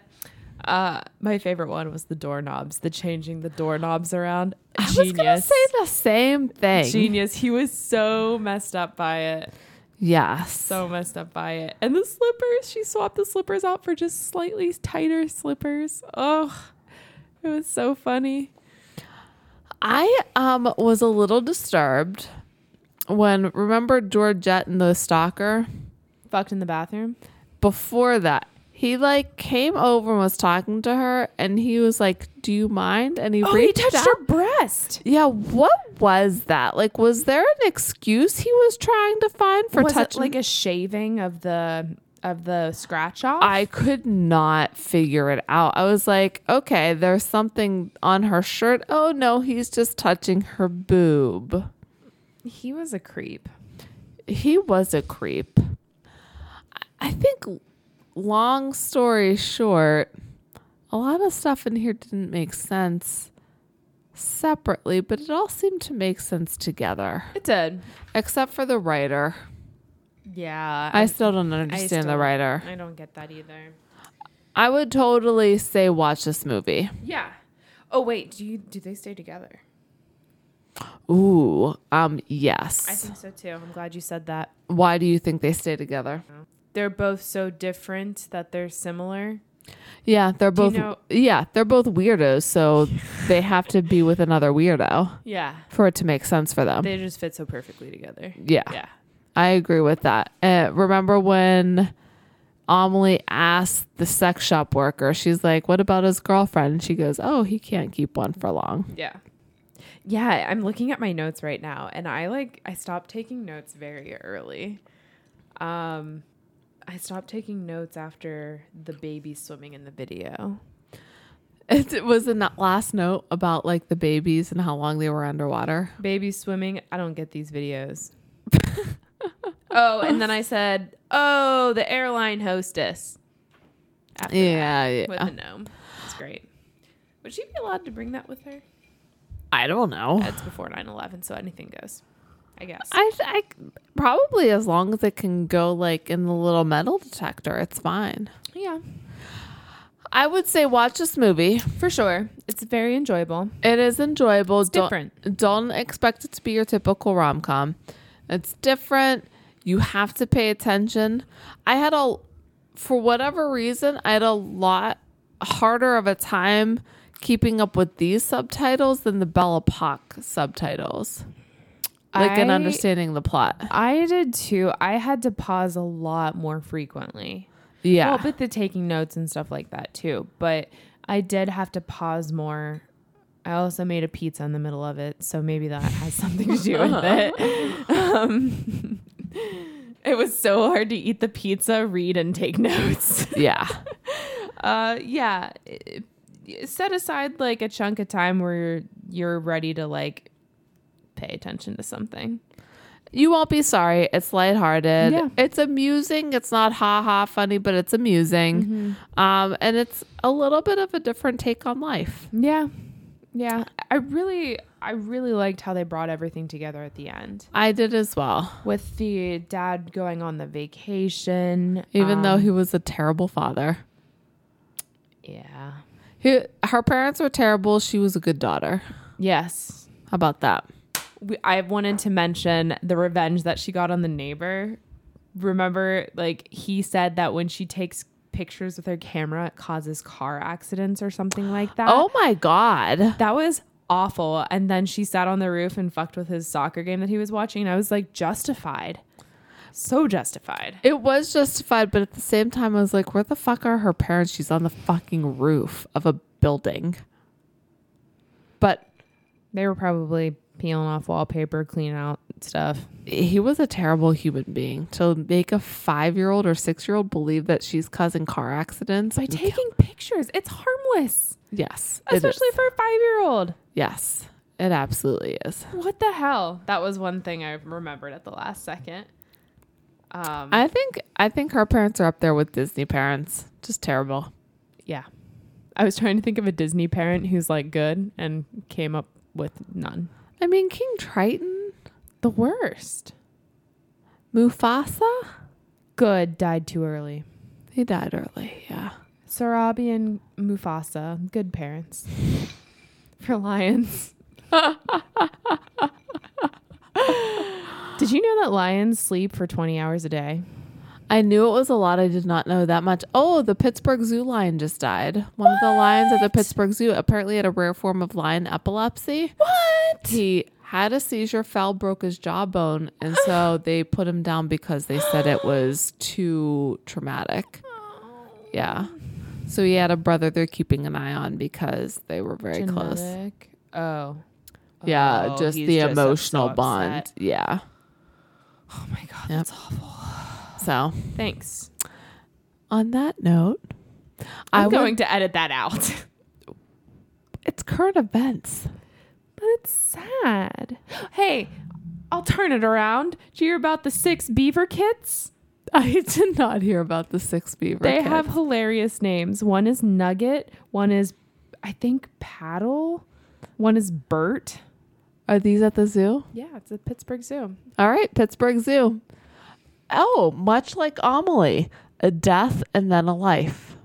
Speaker 2: Uh, my favorite one was the doorknobs, the changing the doorknobs around.
Speaker 1: I was
Speaker 2: Genius.
Speaker 1: gonna say the same thing.
Speaker 2: Genius. He was so messed up by it.
Speaker 1: yes.
Speaker 2: So messed up by it. And the slippers, she swapped the slippers out for just slightly tighter slippers. Oh, it was so funny.
Speaker 1: I um was a little disturbed when remember Georgette and the stalker.
Speaker 2: Fucked in the bathroom.
Speaker 1: Before that, he like came over and was talking to her, and he was like, "Do you mind?" And he
Speaker 2: Oh,
Speaker 1: reached out.
Speaker 2: breast.
Speaker 1: Yeah, what was that? Like, was there an excuse he was trying to find for
Speaker 2: was
Speaker 1: touching?
Speaker 2: it like a shaving of the of the scratch off?
Speaker 1: I could not figure it out. I was like, okay, there's something on her shirt. Oh no, he's just touching her boob.
Speaker 2: he was a creep.
Speaker 1: He was a creep. I- I think, long story short, a lot of stuff in here didn't make sense separately, but it all seemed to make sense together,
Speaker 2: It did.
Speaker 1: except for the writer.
Speaker 2: Yeah.
Speaker 1: I still don't understand
Speaker 2: still-
Speaker 1: the writer.
Speaker 2: I don't get that either.
Speaker 1: I would totally say watch this movie.
Speaker 2: Yeah. Oh wait, do you do they stay together?
Speaker 1: Ooh, um, yes.
Speaker 2: I think so too. I'm glad you said that.
Speaker 1: Why do you think they stay together?
Speaker 2: They're both so different that they're similar.
Speaker 1: Yeah, they're
Speaker 2: Do you
Speaker 1: both.
Speaker 2: know-
Speaker 1: yeah, they're both weirdos, so they have to be with another weirdo
Speaker 2: Yeah.
Speaker 1: for it to make sense for them.
Speaker 2: They just fit so perfectly together.
Speaker 1: yeah,
Speaker 2: Yeah.
Speaker 1: I agree with that. Uh, remember when Amelie asked the sex shop worker? She's like, "What about his girlfriend?" And she goes, "Oh, he can't keep one for long."
Speaker 2: Yeah. Yeah, I'm looking at my notes right now and I like I stopped taking notes very early. Um I stopped taking notes after the baby swimming in the video.
Speaker 1: It, it was in that last note about like the babies and how long they were underwater.
Speaker 2: Baby swimming, I don't get these videos. oh, and then I said, "Oh, the airline hostess." After that,
Speaker 1: Yeah, yeah.
Speaker 2: with a gnome. It's great. Would she be allowed to bring that with her?
Speaker 1: I don't know.
Speaker 2: That's before 9/11, so anything goes. I guess.
Speaker 1: I, I probably as long as it can go like in the little metal detector, it's fine.
Speaker 2: yeah,
Speaker 1: I would say watch this movie.
Speaker 2: for sure. It's very enjoyable.
Speaker 1: It is enjoyable.
Speaker 2: It's different.
Speaker 1: Don't, don't expect it to be your typical rom com. It's different. You have to pay attention. I had a, for whatever reason, I had a lot harder of a time keeping up with these subtitles than the Bella Pock subtitles, like in
Speaker 2: I-
Speaker 1: understanding the plot.
Speaker 2: I did too. I had to pause a lot more frequently.
Speaker 1: Yeah.
Speaker 2: Well, but the taking notes and stuff like that too. But I did have to pause more. I also made a pizza in the middle of it, so maybe that has something to do with it. Um, it was so hard to eat the pizza, read, and take notes.
Speaker 1: yeah.
Speaker 2: Uh, yeah, it- it- set aside like a chunk of time where you're ready to like pay attention to something.
Speaker 1: You won't be sorry. It's lighthearted.
Speaker 2: Yeah.
Speaker 1: It's amusing. It's not ha ha funny, but it's amusing.
Speaker 2: Mm-hmm.
Speaker 1: Um, and it's a little bit of a different take on life.
Speaker 2: Yeah. Yeah. I really I really liked how they brought everything together at the end.
Speaker 1: I did as well,
Speaker 2: With the dad going on the vacation.
Speaker 1: even though
Speaker 2: um,
Speaker 1: he was a terrible father.
Speaker 2: Yeah.
Speaker 1: He, her parents were terrible. She was a good daughter.
Speaker 2: Yes.
Speaker 1: How about that?
Speaker 2: We, I wanted to mention the revenge that she got on the neighbor. Remember like he said that when she takes pictures with her camera it causes car accidents or something like that.
Speaker 1: oh my God.
Speaker 2: That was awful. And then she sat on the roof and fucked with his soccer game that he was watching. And I was like, justified. So justified.
Speaker 1: It was justified, but at the same time, I was like, where the fuck are her parents? She's on the fucking roof of a building. But
Speaker 2: They were probably peeling off wallpaper, cleaning out stuff.
Speaker 1: he was a terrible human being to make a five year old or six year old believe that she's causing car accidents.
Speaker 2: By taking pictures, it's harmless,
Speaker 1: yes, it is.
Speaker 2: especially for a five year old.
Speaker 1: yes, it absolutely is.
Speaker 2: What the hell? That was one thing I remembered at the last second. Um,
Speaker 1: I think I think her parents are up there with Disney parents. Just terrible.
Speaker 2: yeah. I was trying to think of a Disney parent who's like good and came up with none.
Speaker 1: I mean, King Triton,
Speaker 2: The worst.
Speaker 1: Mufasa,
Speaker 2: Good died too early.
Speaker 1: he died early. Yeah,
Speaker 2: Sarabi and Mufasa, good parents for lions. Did you know that lions sleep for 20 hours a day?
Speaker 1: I knew it was a lot. I did not know that much. Oh, the Pittsburgh Zoo lion just died. One of the lions at the Pittsburgh Zoo apparently had a rare form of lion epilepsy.
Speaker 2: What?
Speaker 1: He had a seizure, fell, broke his jawbone, and so they put him down because they said it was too traumatic. Yeah. So he had a brother they're keeping an eye on because they were very close.
Speaker 2: Genetic. Oh.
Speaker 1: Yeah,
Speaker 2: Oh,
Speaker 1: just
Speaker 2: he's
Speaker 1: the
Speaker 2: just up-
Speaker 1: emotional
Speaker 2: so
Speaker 1: bond.
Speaker 2: upset.
Speaker 1: Yeah.
Speaker 2: Oh my
Speaker 1: Yep.
Speaker 2: god, that's awful.
Speaker 1: So,
Speaker 2: Thanks.
Speaker 1: on that note,
Speaker 2: I'm
Speaker 1: I would-
Speaker 2: going to edit that out. but
Speaker 1: it's current events.
Speaker 2: it's sad. Hey, I'll turn it around. Do you hear about the six beaver kits?
Speaker 1: I did not hear about the six beaver.
Speaker 2: They
Speaker 1: kids.
Speaker 2: have hilarious names. One is Nugget. One is, I think, Paddle. One is Bert.
Speaker 1: Are these at the zoo?
Speaker 2: Yeah, it's a Pittsburgh Zoo.
Speaker 1: All right, Pittsburgh Zoo. Oh, much like Amelie, a death and then a life.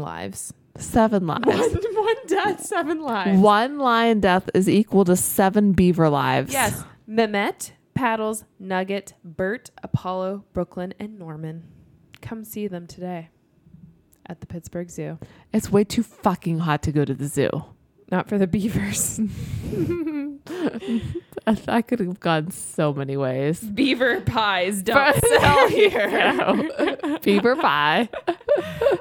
Speaker 2: lives.
Speaker 1: Seven lives.
Speaker 2: one death, seven lives.
Speaker 1: One lion death is equal to seven beaver lives.
Speaker 2: Yes. Mehmet, Paddles, Nugget, Bert, Apollo, Brooklyn, and Norman. Come see them today at the Pittsburgh Zoo.
Speaker 1: It's way too fucking hot to go to the zoo.
Speaker 2: Not for the beavers.
Speaker 1: I, I could have gone so many ways.
Speaker 2: Beaver pies don't sell here.
Speaker 1: Beaver pie.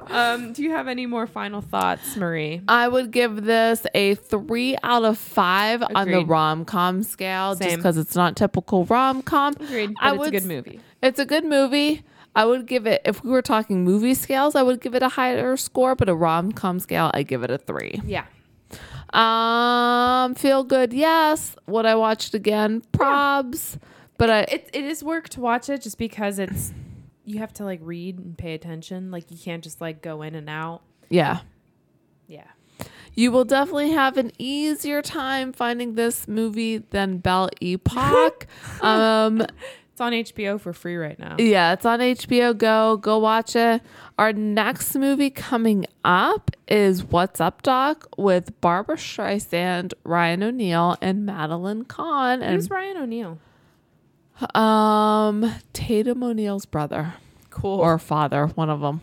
Speaker 2: um, do you have any more final thoughts, Marie?
Speaker 1: I would give this a three out of five on the
Speaker 2: Agreed.
Speaker 1: rom com scale just
Speaker 2: Same.
Speaker 1: because it's not typical rom com.
Speaker 2: Agreed.
Speaker 1: I
Speaker 2: it's
Speaker 1: would
Speaker 2: a good
Speaker 1: s-
Speaker 2: movie.
Speaker 1: It's a good movie. I would give it, if we were talking movie scales, I would give it a higher score, but a rom com scale, I give it a three.
Speaker 2: Yeah.
Speaker 1: Um, feel good, yes. Would I watch it again? Probs. But I,
Speaker 2: It, it is work to watch it just because it's you have to like read and pay attention. Like you can't just like go in and out.
Speaker 1: yeah.
Speaker 2: Yeah.
Speaker 1: You will definitely have an easier time finding this movie than Belle Epoch. um,
Speaker 2: It's on HBO for free right now.
Speaker 1: yeah, it's on HBO Go. Go watch it. Our next movie coming up is What's Up Doc with Barbara Streisand, Ryan O'Neal, and Madeline Kahn,
Speaker 2: Who's
Speaker 1: and
Speaker 2: Ryan O'Neal?
Speaker 1: um, Tatum O'Neal's brother
Speaker 2: Cool.
Speaker 1: or father, one of them.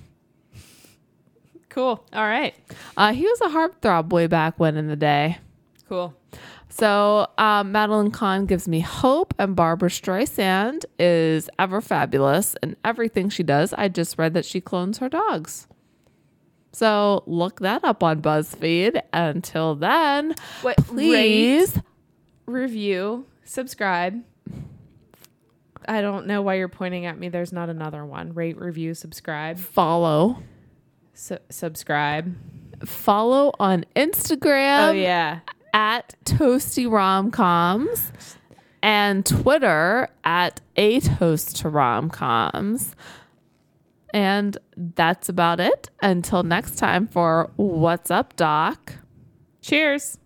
Speaker 2: Cool. All right.
Speaker 1: Uh, he was a heartthrob way back when in the day.
Speaker 2: Cool.
Speaker 1: So um, Madeline Kahn gives me hope, and Barbara Streisand is ever fabulous in everything she does. I just read that she clones her dogs. So look that up on BuzzFeed. Until then,
Speaker 2: What?
Speaker 1: please
Speaker 2: review, subscribe. I don't know why you're pointing at me. There's not another one. Rate, review, subscribe,
Speaker 1: follow.
Speaker 2: Su- subscribe.
Speaker 1: Follow on Instagram
Speaker 2: oh yeah.
Speaker 1: at Toasty Romcoms and Twitter at A Toast to Romcoms. And that's about it. Until next time for What's Up, Doc.
Speaker 2: Cheers.